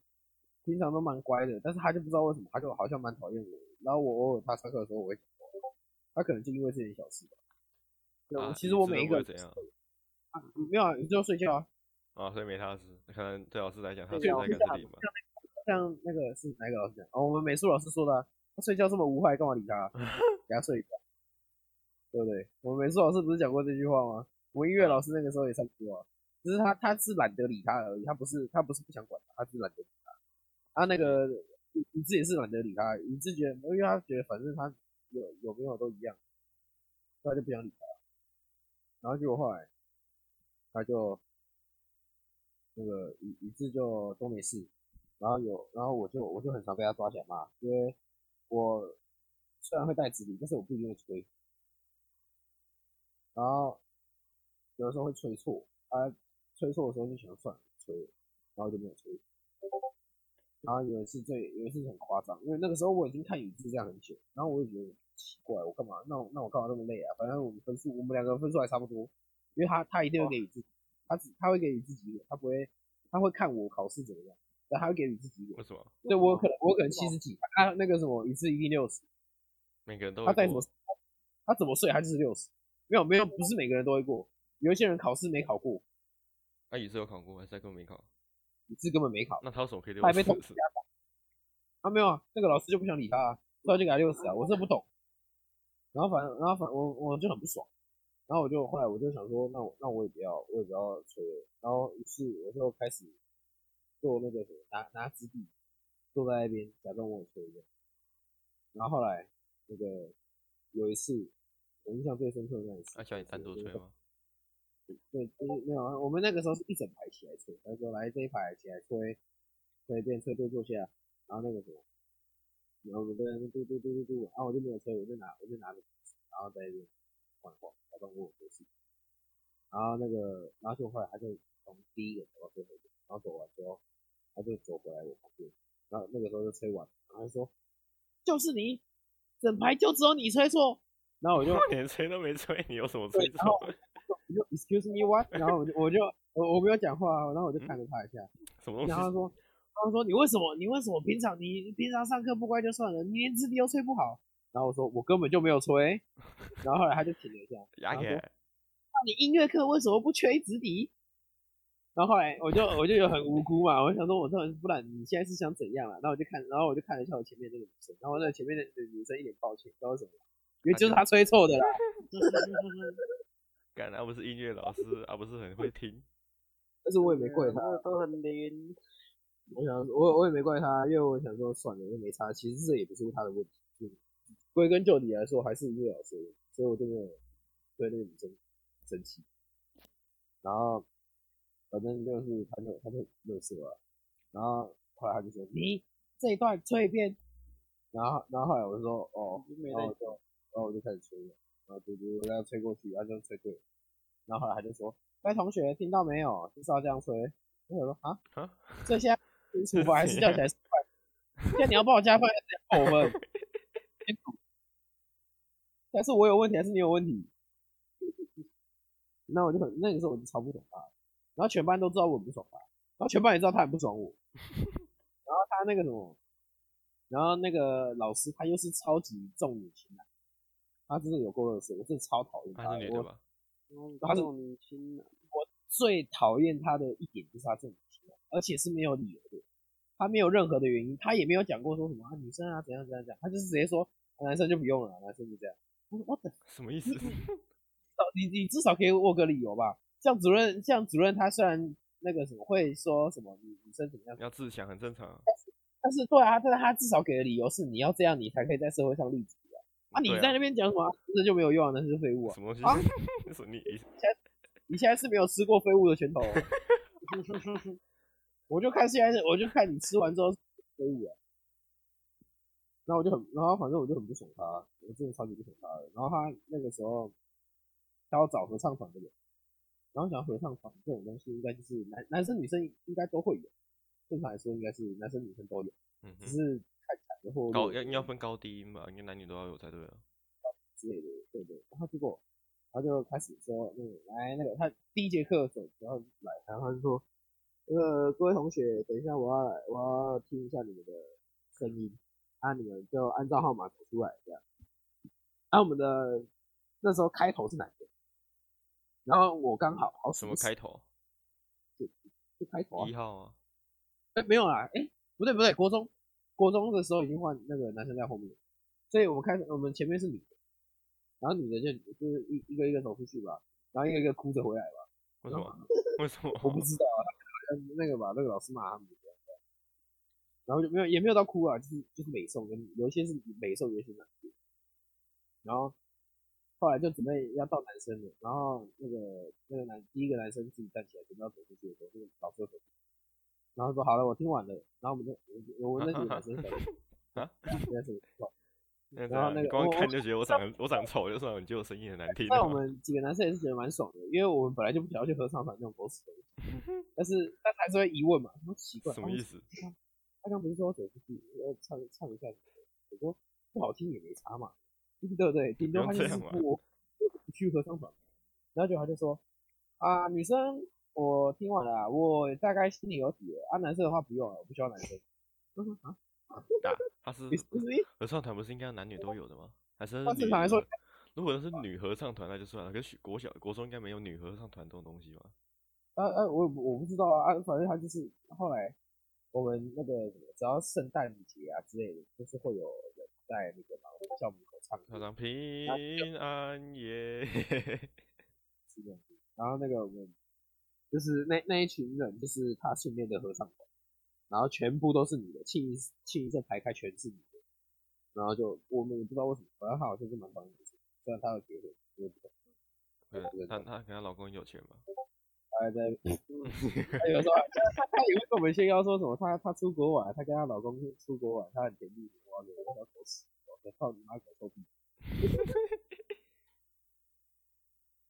B: 平常都蛮乖的，但是他就不知道为什么，他就好像蛮讨厌我的。然后我偶尔他上课的时候，我会讲话，他可能就因为这点小事吧。对，
A: 啊
B: 其
A: 你
B: 实我
A: 知
B: 每一
A: 道我
B: 个
A: 会
B: 人
A: 怎样
B: 啊没有啊，你就睡觉啊。
A: 啊，所以没他的事，可能对老师来讲，他
C: 对
A: 存在
C: 老
A: 感
B: 师
A: 是
B: 讲
A: 零吧。
B: 像那个是哪一个老师讲？哦，我们美术老师说的啊、他睡觉这么无害，干嘛理他、啊给他睡一觉，对不对？我们美术老师不是讲过这句话吗？我们音乐老师那个时候也差不多啊，只是他他是懒得理他而已，他不是他不是不想管他，他只是懒得理他。啊，那个宇宇智也是懒得理他，宇智觉得，因为他觉得反正他有有没有都一样，所以他就不想理他。然后结果后来他就那个宇宇智就都没事，然后有，然后我就我就很常被他抓起来骂，因为我虽然会带纸笔，但是我不一定会吹，然后有的时候会吹错，啊，吹错的时候就想算了，吹了，然后就没有吹。然后有一次最有一次很夸张，因为那个时候我已经看宇智这样很久，然后我也觉得奇怪，我干嘛？那我那我干嘛那么累啊？反正我们分数我们两个分数还差不多，因为他他一定会给宇智，他只他会给宇智几个，他不会他会看我考试怎么样，然后他会给宇智几个
A: 为，什么
B: 对我可能我可能七十几，他那个什么宇智一定六十，
A: 每个人都
B: 他
A: 会
B: 再怎
A: 过
B: 么他怎么睡他就是六十，没有没有不是每个人都会过，有一些人考试没考过，
A: 啊，也是有考过，还是他根本没考？
B: 宇智根本没考，
A: 那他为什么可以六
B: 他还被
A: 十
B: 同学？
A: 四
B: 家长啊，没有啊，那个老师就不想理他、啊，所以就给他六十啊，我是不懂。然后反正，然后反我我就很不爽，然后我就后来我就想说，那我那我也不要，我也不要吹了。然后于是我就开始做那个什么，拿拿纸笔坐在那边假装我有吹一样。然后后来那个有一次，我印象最深刻的那一次，
A: 啊，叫你单独吹吗？
B: 对，就是没有啊，我们那个时候是一整排起来吹，他说来这一排起来吹，吹一遍吹对坐下，然后那个什么，然后我们在那边嘟嘟嘟嘟嘟，然后我就没有吹，我就拿我就拿着，然后在那边晃一晃，假装我有做事，然后那个然后就后来他就从第一个走到最后一个，然后走完之后，他就走回来我旁边，然后那个时候就吹完，然后他说就是你，整排就只有你吹错， 然后我就。
A: 连吹都没吹，你有什么
B: 对
A: 吹
B: 然后
A: 错？
B: 我就 excuse me what，然后我就我就我我没有讲话啊，然后我就看了他一下，
A: 什么东
B: 然后他
A: 西？
B: 说他说你为什么你为什么平常你平常上课不乖就算了，你连纸笔都吹不好，然后我说我根本就没有吹，然后后来他就停了一下，
A: 牙
B: 然后
A: 给
B: 说那你音乐课为什么不吹纸笔？然后后来我就我就有很无辜嘛，我就想说我到底是不然你现在是想怎样了？然后我就看，然后我就看了一下我前面那个女生，然后那前面的女生一脸抱歉，不知道为什么，因为就是她吹错的啦。
A: 干，啊不是音乐老师，啊不是很会听。
B: 但是我也没怪她，
C: 都很灵。
B: 我想我我也没怪他，因为我想说算了，又没差。其实这也不是他的问题，嗯归根究底来说还是音乐老师的问题，所以我就没有对那个女生生气。然后反正就是他就他就乐色了，然后后来他就说你这一段吹一遍，然后然后后来我就说哦，
C: 没
B: 然后我
C: 在
B: 就然后我就开始吹了，然后嘟嘟我给他吹过去，他就吹对了，然后后来他就说各位同学听到没有，就是要这样吹。我想说啊。
A: 啊，
B: 这下处罚还是
A: 是
B: 叫起来十块？现在你要帮我加分，还是要扣我分？ 但是我有问题还是你有问题？ 那我就很那个时候我就超不爽啊他的，然后全班都知道我很不爽他，然后全班也知道他很不爽我，然后他那个什么，然后那个老师他又是超级重女轻男，他真的有够热色，我真的超讨厌
A: 她
B: 他
A: 啊是
B: 的
A: 女，的
B: 我
A: 吧？
B: 他是
C: 这种女青男，
B: 最讨厌他的一点就是他这种行为，而且是没有理由的，他没有任何的原因，他也没有讲过说什么啊女生啊怎样怎样怎样，他就是直接说、啊男生就不用了，男生就这样。我说 what the
A: 什么意思？
B: 到你你至少给我个理由吧。像主任，像主任他虽然那个什么会说什么女女生怎么样，
A: 要自强很正常啊。
B: 但是对啊，但是他至少给的理由是你要这样，你才可以在社会上立足啊。啊，你
A: 对
B: 在那边讲什么啊，那就没有用啊，那是废物啊！
A: 什么东西？ 什么你你
B: 你现在是没有吃过废物的拳 头、啊，我就看现在是，我就看你吃完之后是废物啊。然后我就很，然后反正我就很不爽他，啊我真的超级不爽他的。然后他那个时候，他要找合唱团的人，然后想合唱团这种东西应该就是男男生女生应该都会有，正常来说应该是男生女生都有，
A: 嗯
B: 只
A: 哼，
B: 是看起来的或
A: 高
B: 弱
A: 要
B: 一点
A: 要分高低音吧，应该男女都要有才对啊。
B: 之类的，对对。然后结果，他就开始说，那个来那个，他第一节课走，然后来，然后他就说，呃，各位同学，等一下我要来，我要听一下你们的声音，啊，你们就按照号码走出来这样。啊，我们的那时候开头是哪个？然后我刚好好死
A: 什
B: 不
A: 么
B: 死
A: 开头？
B: 就开头啊
A: 一？号啊？
B: 哎、没有啊，哎、不对不对，国中国中的时候已经换那个男生在后面了，所以我们开始我们前面是女的，然后女的就就是一一个一个走出去吧，然后一个一个哭着回来吧，
A: 为什么？为什
B: 我不
A: 么？
B: 知道啊，他可能那个吧，那个老师骂他们这样子然后就没有也没有到哭啊，就是就是美颂跟有一些是美颂，有一些是男的，然后后来就准备要到男生了，然后那个那个男第一个男生自己站起来准备要走出去的时候，那个老师就走出去，然后说好了，我听完了，然后我们就我我我那几个男生走
A: 啊，
B: 那是
A: 那
B: 然后
A: 这样
B: 那
A: 你
B: 个
A: 光
B: 我
A: 看
B: 我
A: 就觉得我长我长丑就算了，你觉得我声音很难听
B: 那
A: 啊。
B: 我们几个男生也是觉得蛮爽的，因为我们本来就不想要去合唱团那种狗屎东 西，但是但是还是会疑问嘛，说奇怪，
A: 什么
B: 他
A: 意
B: 们
A: 思？
B: 他刚不是说走出去要唱唱一下，我说不好听也没差嘛，对不对？顶多他就是
A: 不用这样
B: 不不去合唱团，然后就他就说啊，女生我听完了啊、我大概心里有底了啊，男生的话不用了，我不需要男生。我说
A: 嗯
B: 啊，
A: 他是
B: 你是不是一
A: 合唱团不是应该男女都有的吗？还是
B: 那
A: 那是
B: 正
A: 女
B: 常来说
A: 的？如果是女合唱团那就算了，可是国小国中应该没有女合唱团这种东西吧？
B: 啊啊，我也不我不知道啊，啊反正他就是后来我们那个只要圣诞节啊之类的，就是会有人在那个嘛我们校门口唱歌
A: 唱唱平安夜，
B: 是这样子。然后那个我们就是那那一群人，就是他训练的合唱团，然后全部都是女的，庆一庆一阵排开全是女的，然后就我们也不知道为什么，反正他好像是蛮讨厌女生，虽然他有结婚，我也不懂，
A: 对
B: 对对
A: 她她跟她老公有钱吗？
B: 他还在，嗯他有时候还他他以为跟我们炫耀说什么他他出国玩，他跟她老公出国玩，他很甜蜜，我给我小狗屎，我操你妈狗臭屁！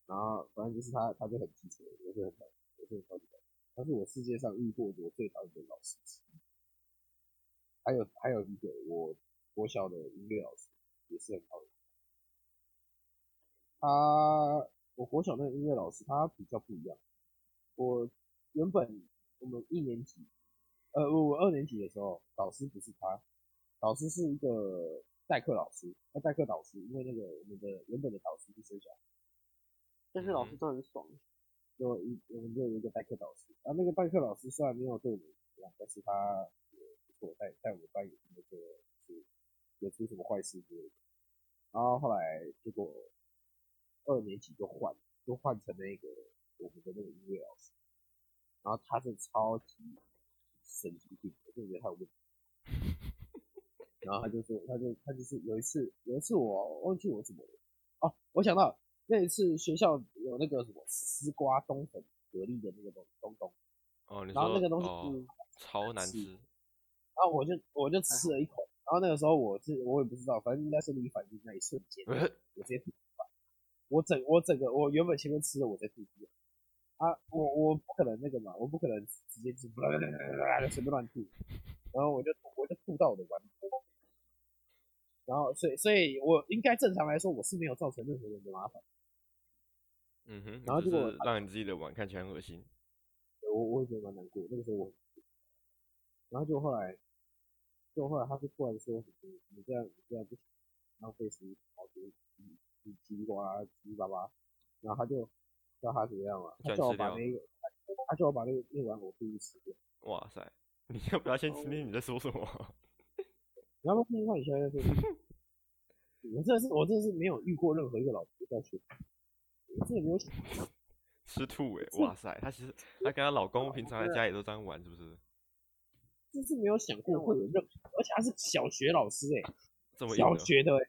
B: 然后反正就是他，他就很机车，我就很讨厌，我就很讨厌他。他是我世界上遇过我最讨厌的老师之一。还有还有一个我国小的音乐老师也是很讨厌他。他我国小那个音乐老师他比较不一样。我原本我们一年级，呃，我我二年级的时候，导师不是他，导师是一个代课老师，那代课导师，因为那个我们的原本的导师是生小孩。
C: 但是老师都很爽，
B: 就一我们就有一个代课导师，啊，那个代课老师虽然没有对我们怎么样，但是他也不错，在在我们班也是那个是也出什么坏事之类的。然后后来结果二年级就换，就换成那个我们的那个音乐老师，然后他是超级神经病，我就觉得他有问题。然后他就说，他就他就是有一次，有一次我忘记我怎么了，哦，我想到了那一次学校有那个什么丝瓜冬粉蛤蜊的那个东东东，
A: 哦，你
B: 然后
A: 说
B: 那个东西
A: 哦
B: 是，
A: 超难
B: 吃
A: 吃，
B: 然后我就我就吃了一口，然后那个时候我是我也不知道，反正应该是你反应那一瞬 间，我直接吐出来，我整我整个我原本前面吃的我在吐出来，啊，我我不可能那个嘛，我不可能直接就随便乱吐，然后我就我就吐到我的碗里，然后所以所以我应该正常来说我是没有造成任何人的麻烦，
A: 嗯哼，
B: 然后
A: 只
B: 结果
A: 是让你自己的碗看起来很恶心。
B: 对我我也觉得蛮难过，那个时候我很然后就后来就后来他就过来说你你这样你这样不行，浪费时间，好多叽叽呱叽巴巴，然后他就叫他怎么样嘛，他
A: 叫你
B: 叫我
A: 吃
B: 把
A: 掉
B: 那个他叫我把那个那碗我故意吃掉。
A: 哇塞，你要不要先
B: 哦
A: 听听你在说什么？
B: 然后听一下你现在在说什么我真的是，我真的是没有遇过任何一个老婆在学，我真的没有想过。
A: 吃吐哎、哇塞，她其实她跟她老公平常在家里都这样玩，是不是？
B: 真是没有想过会有任何，而且他是小学老师哎、
A: 这么硬
B: 小
A: 的，
B: 学的哎、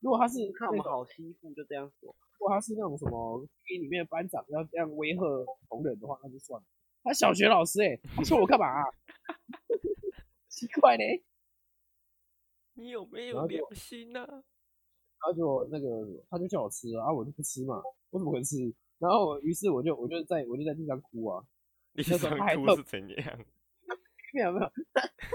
B: 如果他是
C: 看
B: 那
C: 我
B: 种，
C: 们好欺负就这样哦说，
B: 如果他是那种什么军营里面的班长要这样威吓同仁的话，那就算了。他小学老师哎、他说我干嘛、啊？ 奇怪嘞、
A: 你有没
B: 然
A: 有
B: 后就
A: 良心啊？
B: 然后就那个他就叫我吃啊，啊我就不吃嘛，我怎么可能吃？然后我于是我就我就在我就在地上哭啊。
A: 你
B: 那时候
A: 想
B: 她还
A: 哭
B: 特
A: 是怎样？
B: 没有没 有，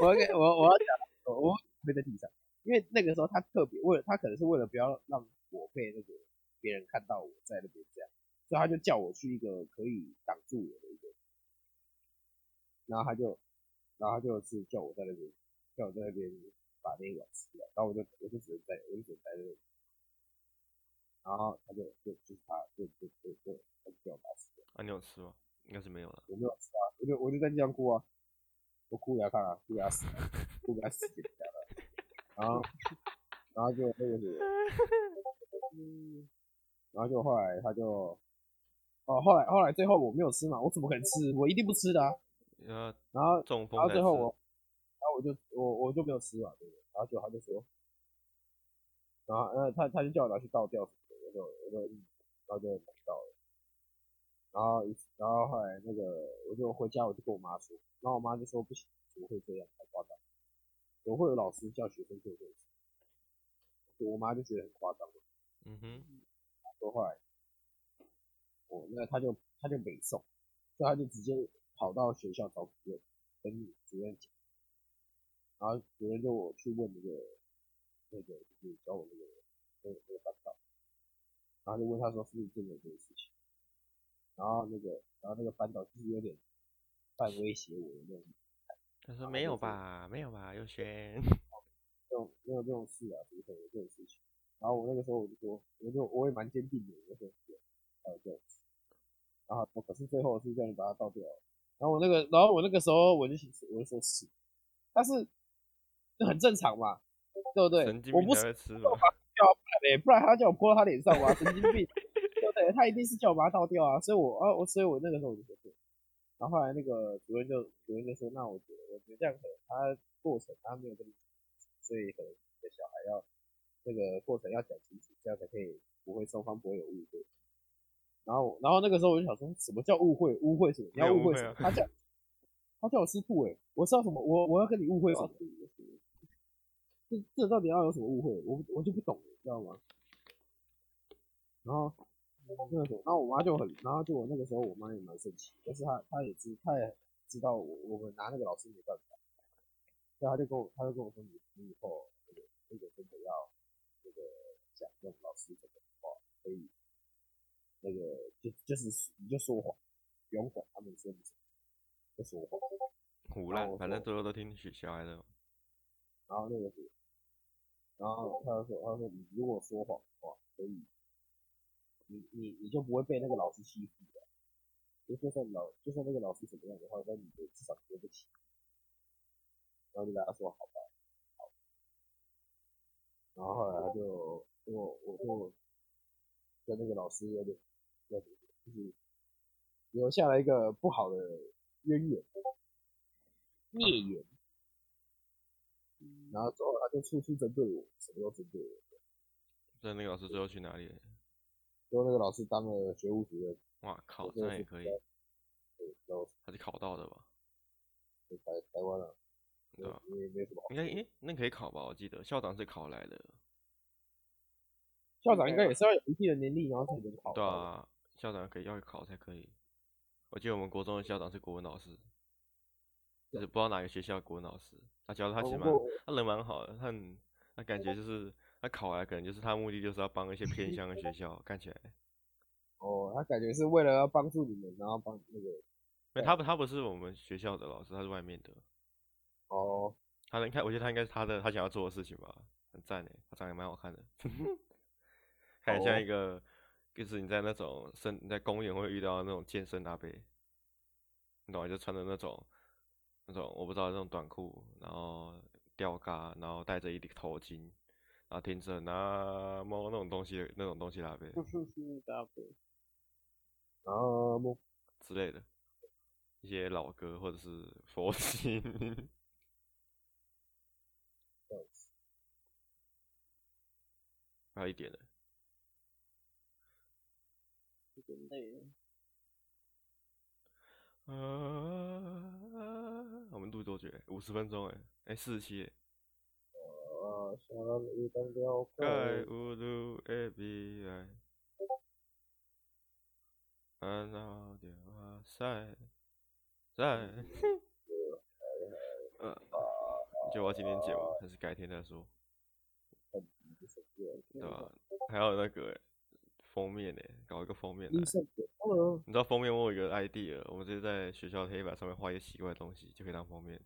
B: 我要跟我我要讲，我我会在地上，因为那个时候他特别为了他可能是为了不要让我被那个别人看到我在那边这样，所以他就叫我去一个可以挡住我的一个，然后他就然后他就是叫我在那边叫我在那边把那个碗吃掉，然后我就我就只能在我就只能在那里，然后他就就就是他就就就就他就叫我把它吃掉，
A: 啊，你有吃吗？应该是没有了。
B: 我没有吃啊，我就我就在地上哭啊，我哭给他看啊，哭给他死啊，哭给他死给他看啊，然后然后就那个什么，
C: 嗯，
B: 然后就后来他就，哦，后来后来最后我没有吃嘛，我怎么可能吃？我一定不吃的啊。
A: 呃，
B: 然后
A: 中风
B: 然后
A: 才
B: 最后
A: 吃
B: 我，然后我就我我就没有吃嘛，对不对？然后就他就说，然后那他他就叫我拿去倒掉什么的，我就我就嗯然后就倒了。然后一次然后后来那个我就回家我就跟我妈说，然后我妈就说不行，怎么会这样？太夸张了，怎么会有老师叫学生做这种事？就我妈就觉得很夸张。
A: 嗯哼，
B: 说后来，我那他就他就没送，所以他就直接跑到学校找主任，跟主任讲，然后主任就我去问那个那个就是教我那个那个那个班导，然后就问他说是不是真的有这个事情，然后那个然后那个班导就是有点半威胁我的那种
A: 他说
B: 然
A: 没
B: 后就
A: 有
B: 是
A: 吧，没有吧，佑轩。
B: 这种没有这种事啊，怎么可能有这种事情？然后我那个时候我就说，我就我也蛮坚定的，我就说对还有这种事。然后我可是最后是叫你把它倒掉了。然后我那个，然后我那个时候我就想我就说是，但是这很正常嘛，对不对
A: 神经？
B: 我
A: 病
B: 不
A: 才
B: 是
A: 会吃吧？
B: 嘞，不然他叫我泼到他脸上嘛，神经病， 对不对？他一定是叫我把它倒掉啊，所以我啊我所以我那个时候我就说对。然后后来那个主任就主任就说，那我觉得我觉得这样可能他过程他没有跟你讲，所以可能你的小孩要那个过程要讲清楚，这样才可以不会双方不会有误会。然后然后那个时候我就想说，什么叫误会？误会什么？你
A: 没
B: 要
A: 有
B: 误
A: 误
B: 会
A: 会
B: 什么
A: 啊？
B: 他叫他叫我师傅哎、我知道什么？我我要跟你误会什么？这这到底要有什么误会？我我就不懂，你知道吗？然后那个时候，然后我妈就很，然后就我那个时候我妈也蛮生气，但是她她也知她也知道我我们拿那个老师没办法，所以她就跟我她就跟我说你你以后那个那个真的要那个讲这种老师这种话，可以那个就就是你就说谎，不用管他们说你什么，就说谎。
A: 胡
B: 然后
A: 乱，
B: 我
A: 反
B: 说
A: 正最后都听小小孩的。
B: 然后那个是，然后他就说，他说你如果说谎的话，可以，你你你就不会被那个老师欺负的，就就算老就算那个老师怎么样的话，那你也至少不会被欺负。然后就跟他说好吧，好。然后后来他就我我就跟那个老师有点有点就是留下了一个不好的渊源孽缘。然后之后他就处处针对我，什么都针对我。
A: 所以那个老师最后去哪里了？
B: 最后那个老师当了学务主任，
A: 哇靠，
B: 我
A: 这
B: 真的
A: 样
B: 是
A: 也可
B: 不
A: 以
B: 知，道对，然后
A: 他是考到的吧？
B: 就台台湾了、
A: 对啊吧？
B: 没没什么好。
A: 应该诶，那可以考吧？我记得校长是考来的，
B: 校长应该也是要有一定的年龄，然后才能考。
A: 对，啊，校长可以要考才可以。我记得我们国中的校长是国文老师，就是不知道哪个学校的国文老师，他教他
B: 我
A: 其实
B: 们
A: 蛮
B: 国
A: 他人蛮好的，他很那感觉
B: 哦
A: 就是他考来可能就是他目的就是要帮一些 偏乡的学校，看起来，
B: 哦，他感觉是为了要帮助你们，然后帮那个
A: 没他不他不是我们学校的老师，他是外面的，
B: 哦，
A: 他应该我觉得他应该是他的他想要做的事情吧，很赞诶，他长得也蛮好看的， 看起
B: 哦
A: 来像一个就是你在那种身你在公园会遇到的那种健身阿伯，你懂吗？就穿着那种那种我不知道那种短裤，然后吊嘎，然后戴着一顶头巾，然后听着那么那种东西的那种东西的阿伯
B: 然后莫
A: 之类的一些老歌或者是佛经。 还有一点的，
C: 有点累了。
A: 啊，我们录多久欸？五十分钟哎，哎，四十七欸。
B: 呃，想要一单标
A: 盖乌鲁埃比埃，安奥的哇塞，在，呃，就我要今天剪吗？还是改天再说，
B: 啊
A: 对啊吧、还有那个欸封面呢、搞一个封面来。
B: 医生点到了，
A: 你知道封面我有一个 idea，我们直接在学校的黑板上面画一些奇怪的东西，就可以当封面。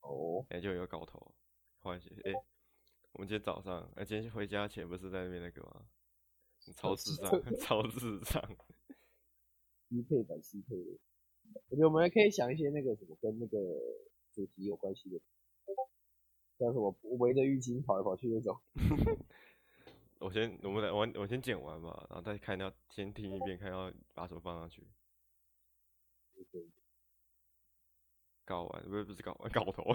B: 哦，
A: 哎、就有一个搞头，换一些。哎、我们今天早上，哎、今天回家前不是在那边那个吗？超智障，超智障。
B: 低配版低配的，我觉得我们还可以想一些那个什么跟那个主题有关系的，像什么围着浴巾跑来跑去那种，
A: 我先，我们来，我我先剪完吧，然后再看要先听一遍，看要把什么放上去。搞完不是不是搞完，搞头。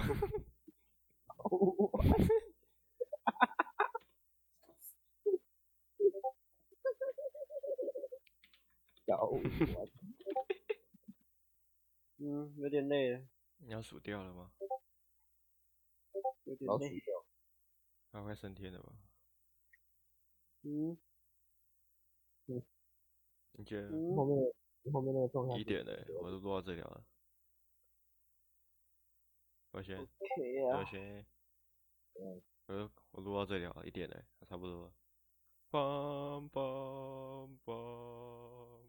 B: 搞完
C: 嗯，有点累了，
A: 你要数掉了吗？
C: 有点
B: 老鼠
C: 累。
B: 掉，
A: 那快升天了吧？
C: 嗯
A: 你觉得
C: 嗯
B: 后，面后面那个状态
A: 一点嘞、我都录到这里了。我先。
C: 可以
A: 我
C: 啊。
A: 先，
B: 嗯
A: 我我录到这里啊，一点嘞，差不多了。梆梆梆。